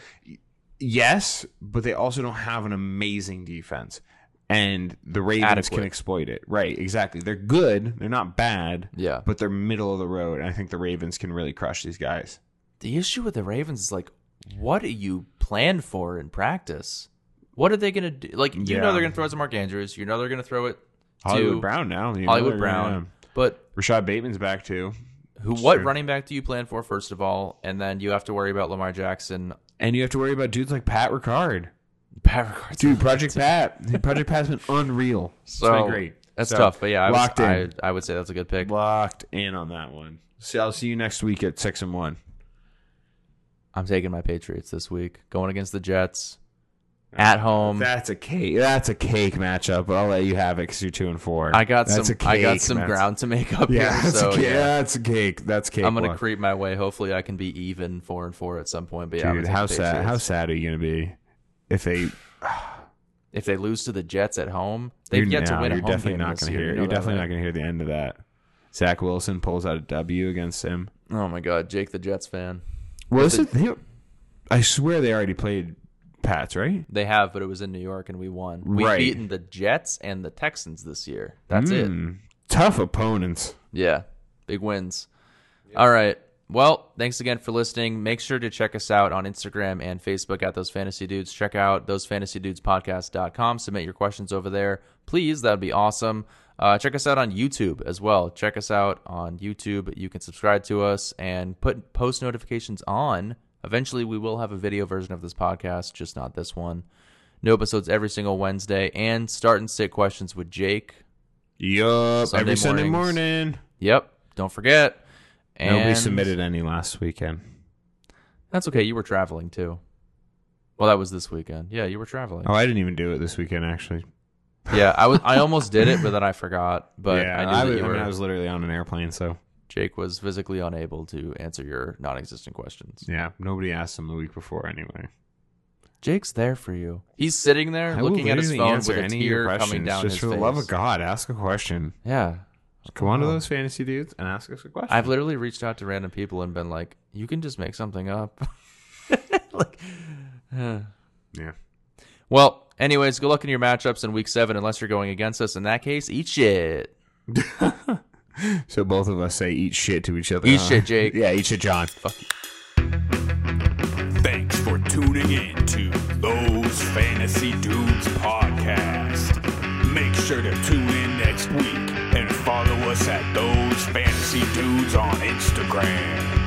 Speaker 3: yes, but they also don't have an amazing defense. And the Ravens can
Speaker 2: Adequate.
Speaker 3: exploit it. Right, exactly. They're good. They're not bad.
Speaker 2: Yeah.
Speaker 3: but they're middle of the road. And I think the Ravens can really crush these guys.
Speaker 2: the issue with the Ravens is like, what do you plan for in practice? What are they gonna do? Like, you
Speaker 3: Yeah.
Speaker 2: know they're gonna throw it to Mark Andrews. You know they're gonna throw it to
Speaker 3: Hollywood Brown now. you know,
Speaker 2: Hollywood
Speaker 3: they're
Speaker 2: Brown.
Speaker 3: gonna-
Speaker 2: But
Speaker 3: Rashad Bateman's back too.
Speaker 2: who? What running back do you plan for first of all? And then you have to worry about Lamar Jackson.
Speaker 3: And you have to worry about dudes like Pat Ricard.
Speaker 2: Pat Ricard's
Speaker 3: Dude, Project Pat. Project Pat's been unreal.
Speaker 2: So
Speaker 3: it's been great.
Speaker 2: That's
Speaker 3: So,
Speaker 2: tough, but yeah, I,
Speaker 3: locked
Speaker 2: was,
Speaker 3: in.
Speaker 2: I, I would say that's a good pick.
Speaker 3: locked in on that one. See, I'll see you next week at six and one.
Speaker 2: I'm taking my Patriots this week, going against the Jets at home.
Speaker 3: That's a cake. That's a cake matchup. But I'll let you have it because you're two and four.
Speaker 2: I got
Speaker 3: That's
Speaker 2: some.
Speaker 3: a
Speaker 2: I got
Speaker 3: cake
Speaker 2: some
Speaker 3: match-
Speaker 2: ground to make up
Speaker 3: Yeah,
Speaker 2: here.
Speaker 3: that's,
Speaker 2: So
Speaker 3: a cake,
Speaker 2: yeah,
Speaker 3: that's a cake. That's cake.
Speaker 2: I'm gonna
Speaker 3: walk.
Speaker 2: creep my way. Hopefully, I can be even four and four at some point. But yeah, I'm
Speaker 3: Dude,
Speaker 2: gonna take
Speaker 3: how
Speaker 2: the
Speaker 3: sad? How
Speaker 2: Patriots.
Speaker 3: sad are you gonna be if they
Speaker 2: If they lose to the Jets at home, they've
Speaker 3: You're-
Speaker 2: yet to
Speaker 3: no,
Speaker 2: win a
Speaker 3: You're
Speaker 2: home
Speaker 3: definitely
Speaker 2: game
Speaker 3: not
Speaker 2: this
Speaker 3: gonna
Speaker 2: year.
Speaker 3: hear.
Speaker 2: You
Speaker 3: You're
Speaker 2: know that,
Speaker 3: definitely
Speaker 2: right?
Speaker 3: not going to hear the end of that. Zach Wilson pulls out a W against him.
Speaker 2: Oh my God, Jake the Jets fan.
Speaker 3: Well, this is, they, I swear they already played Pats, right?
Speaker 2: They have, but it was in New York, and we won. We've
Speaker 3: Right. Mm.
Speaker 2: beaten the Jets and the Texans this year. That's it.
Speaker 3: Hmm. Tough opponents.
Speaker 2: Yeah, big wins. All right. Well, thanks again for listening. Make sure to check us out on Instagram and Facebook at Those Fantasy Dudes. Check out thosefantasydudespodcast.com. Submit your questions over there, please. That would be awesome. Uh, check us out on YouTube as well. Check us out on YouTube. You can subscribe to us and put post notifications on. Eventually, we will have a video version of this podcast, just not this one. New episodes every single Wednesday and start and sit questions with Jake.
Speaker 3: Yup.
Speaker 2: Sunday
Speaker 3: every Sunday
Speaker 2: mornings.
Speaker 3: morning.
Speaker 2: Yep. Don't forget. And
Speaker 3: Nobody submitted any last weekend.
Speaker 2: That's okay. You were traveling too. Well, that was this weekend. Yeah, you were traveling.
Speaker 3: Oh, I didn't even do it this weekend actually.
Speaker 2: Yeah, I was. I almost did it, but then I forgot. But
Speaker 3: yeah,
Speaker 2: I knew
Speaker 3: I,
Speaker 2: that
Speaker 3: was,
Speaker 2: you
Speaker 3: I
Speaker 2: were.
Speaker 3: mean, I was literally on an airplane, so
Speaker 2: Jake was physically unable to answer your non-existent questions.
Speaker 3: yeah. Nobody asked him the week before anyway.
Speaker 2: Jake's there for you. He's sitting there
Speaker 3: I will
Speaker 2: looking at his
Speaker 3: literally
Speaker 2: phone with
Speaker 3: answer
Speaker 2: a
Speaker 3: any of your
Speaker 2: tear coming
Speaker 3: questions.
Speaker 2: down
Speaker 3: Just
Speaker 2: his
Speaker 3: for
Speaker 2: face.
Speaker 3: the love of God, ask a question.
Speaker 2: Yeah,
Speaker 3: Come on to those fantasy dudes and ask us a question.
Speaker 2: I've literally reached out to random people and been like, "You can just make something up." like, uh.
Speaker 3: Yeah.
Speaker 2: Well, anyways, good luck in your matchups in week seven, unless you're going against us. In that case, eat shit.
Speaker 3: So both of us say eat shit to each other.
Speaker 2: Eat
Speaker 3: huh?
Speaker 2: shit, Jake.
Speaker 3: Yeah, eat shit, John.
Speaker 1: Thanks for tuning in to Those Fantasy Dudes Podcast. Make sure to tune in next week and follow us at Those Fantasy Dudes on Instagram.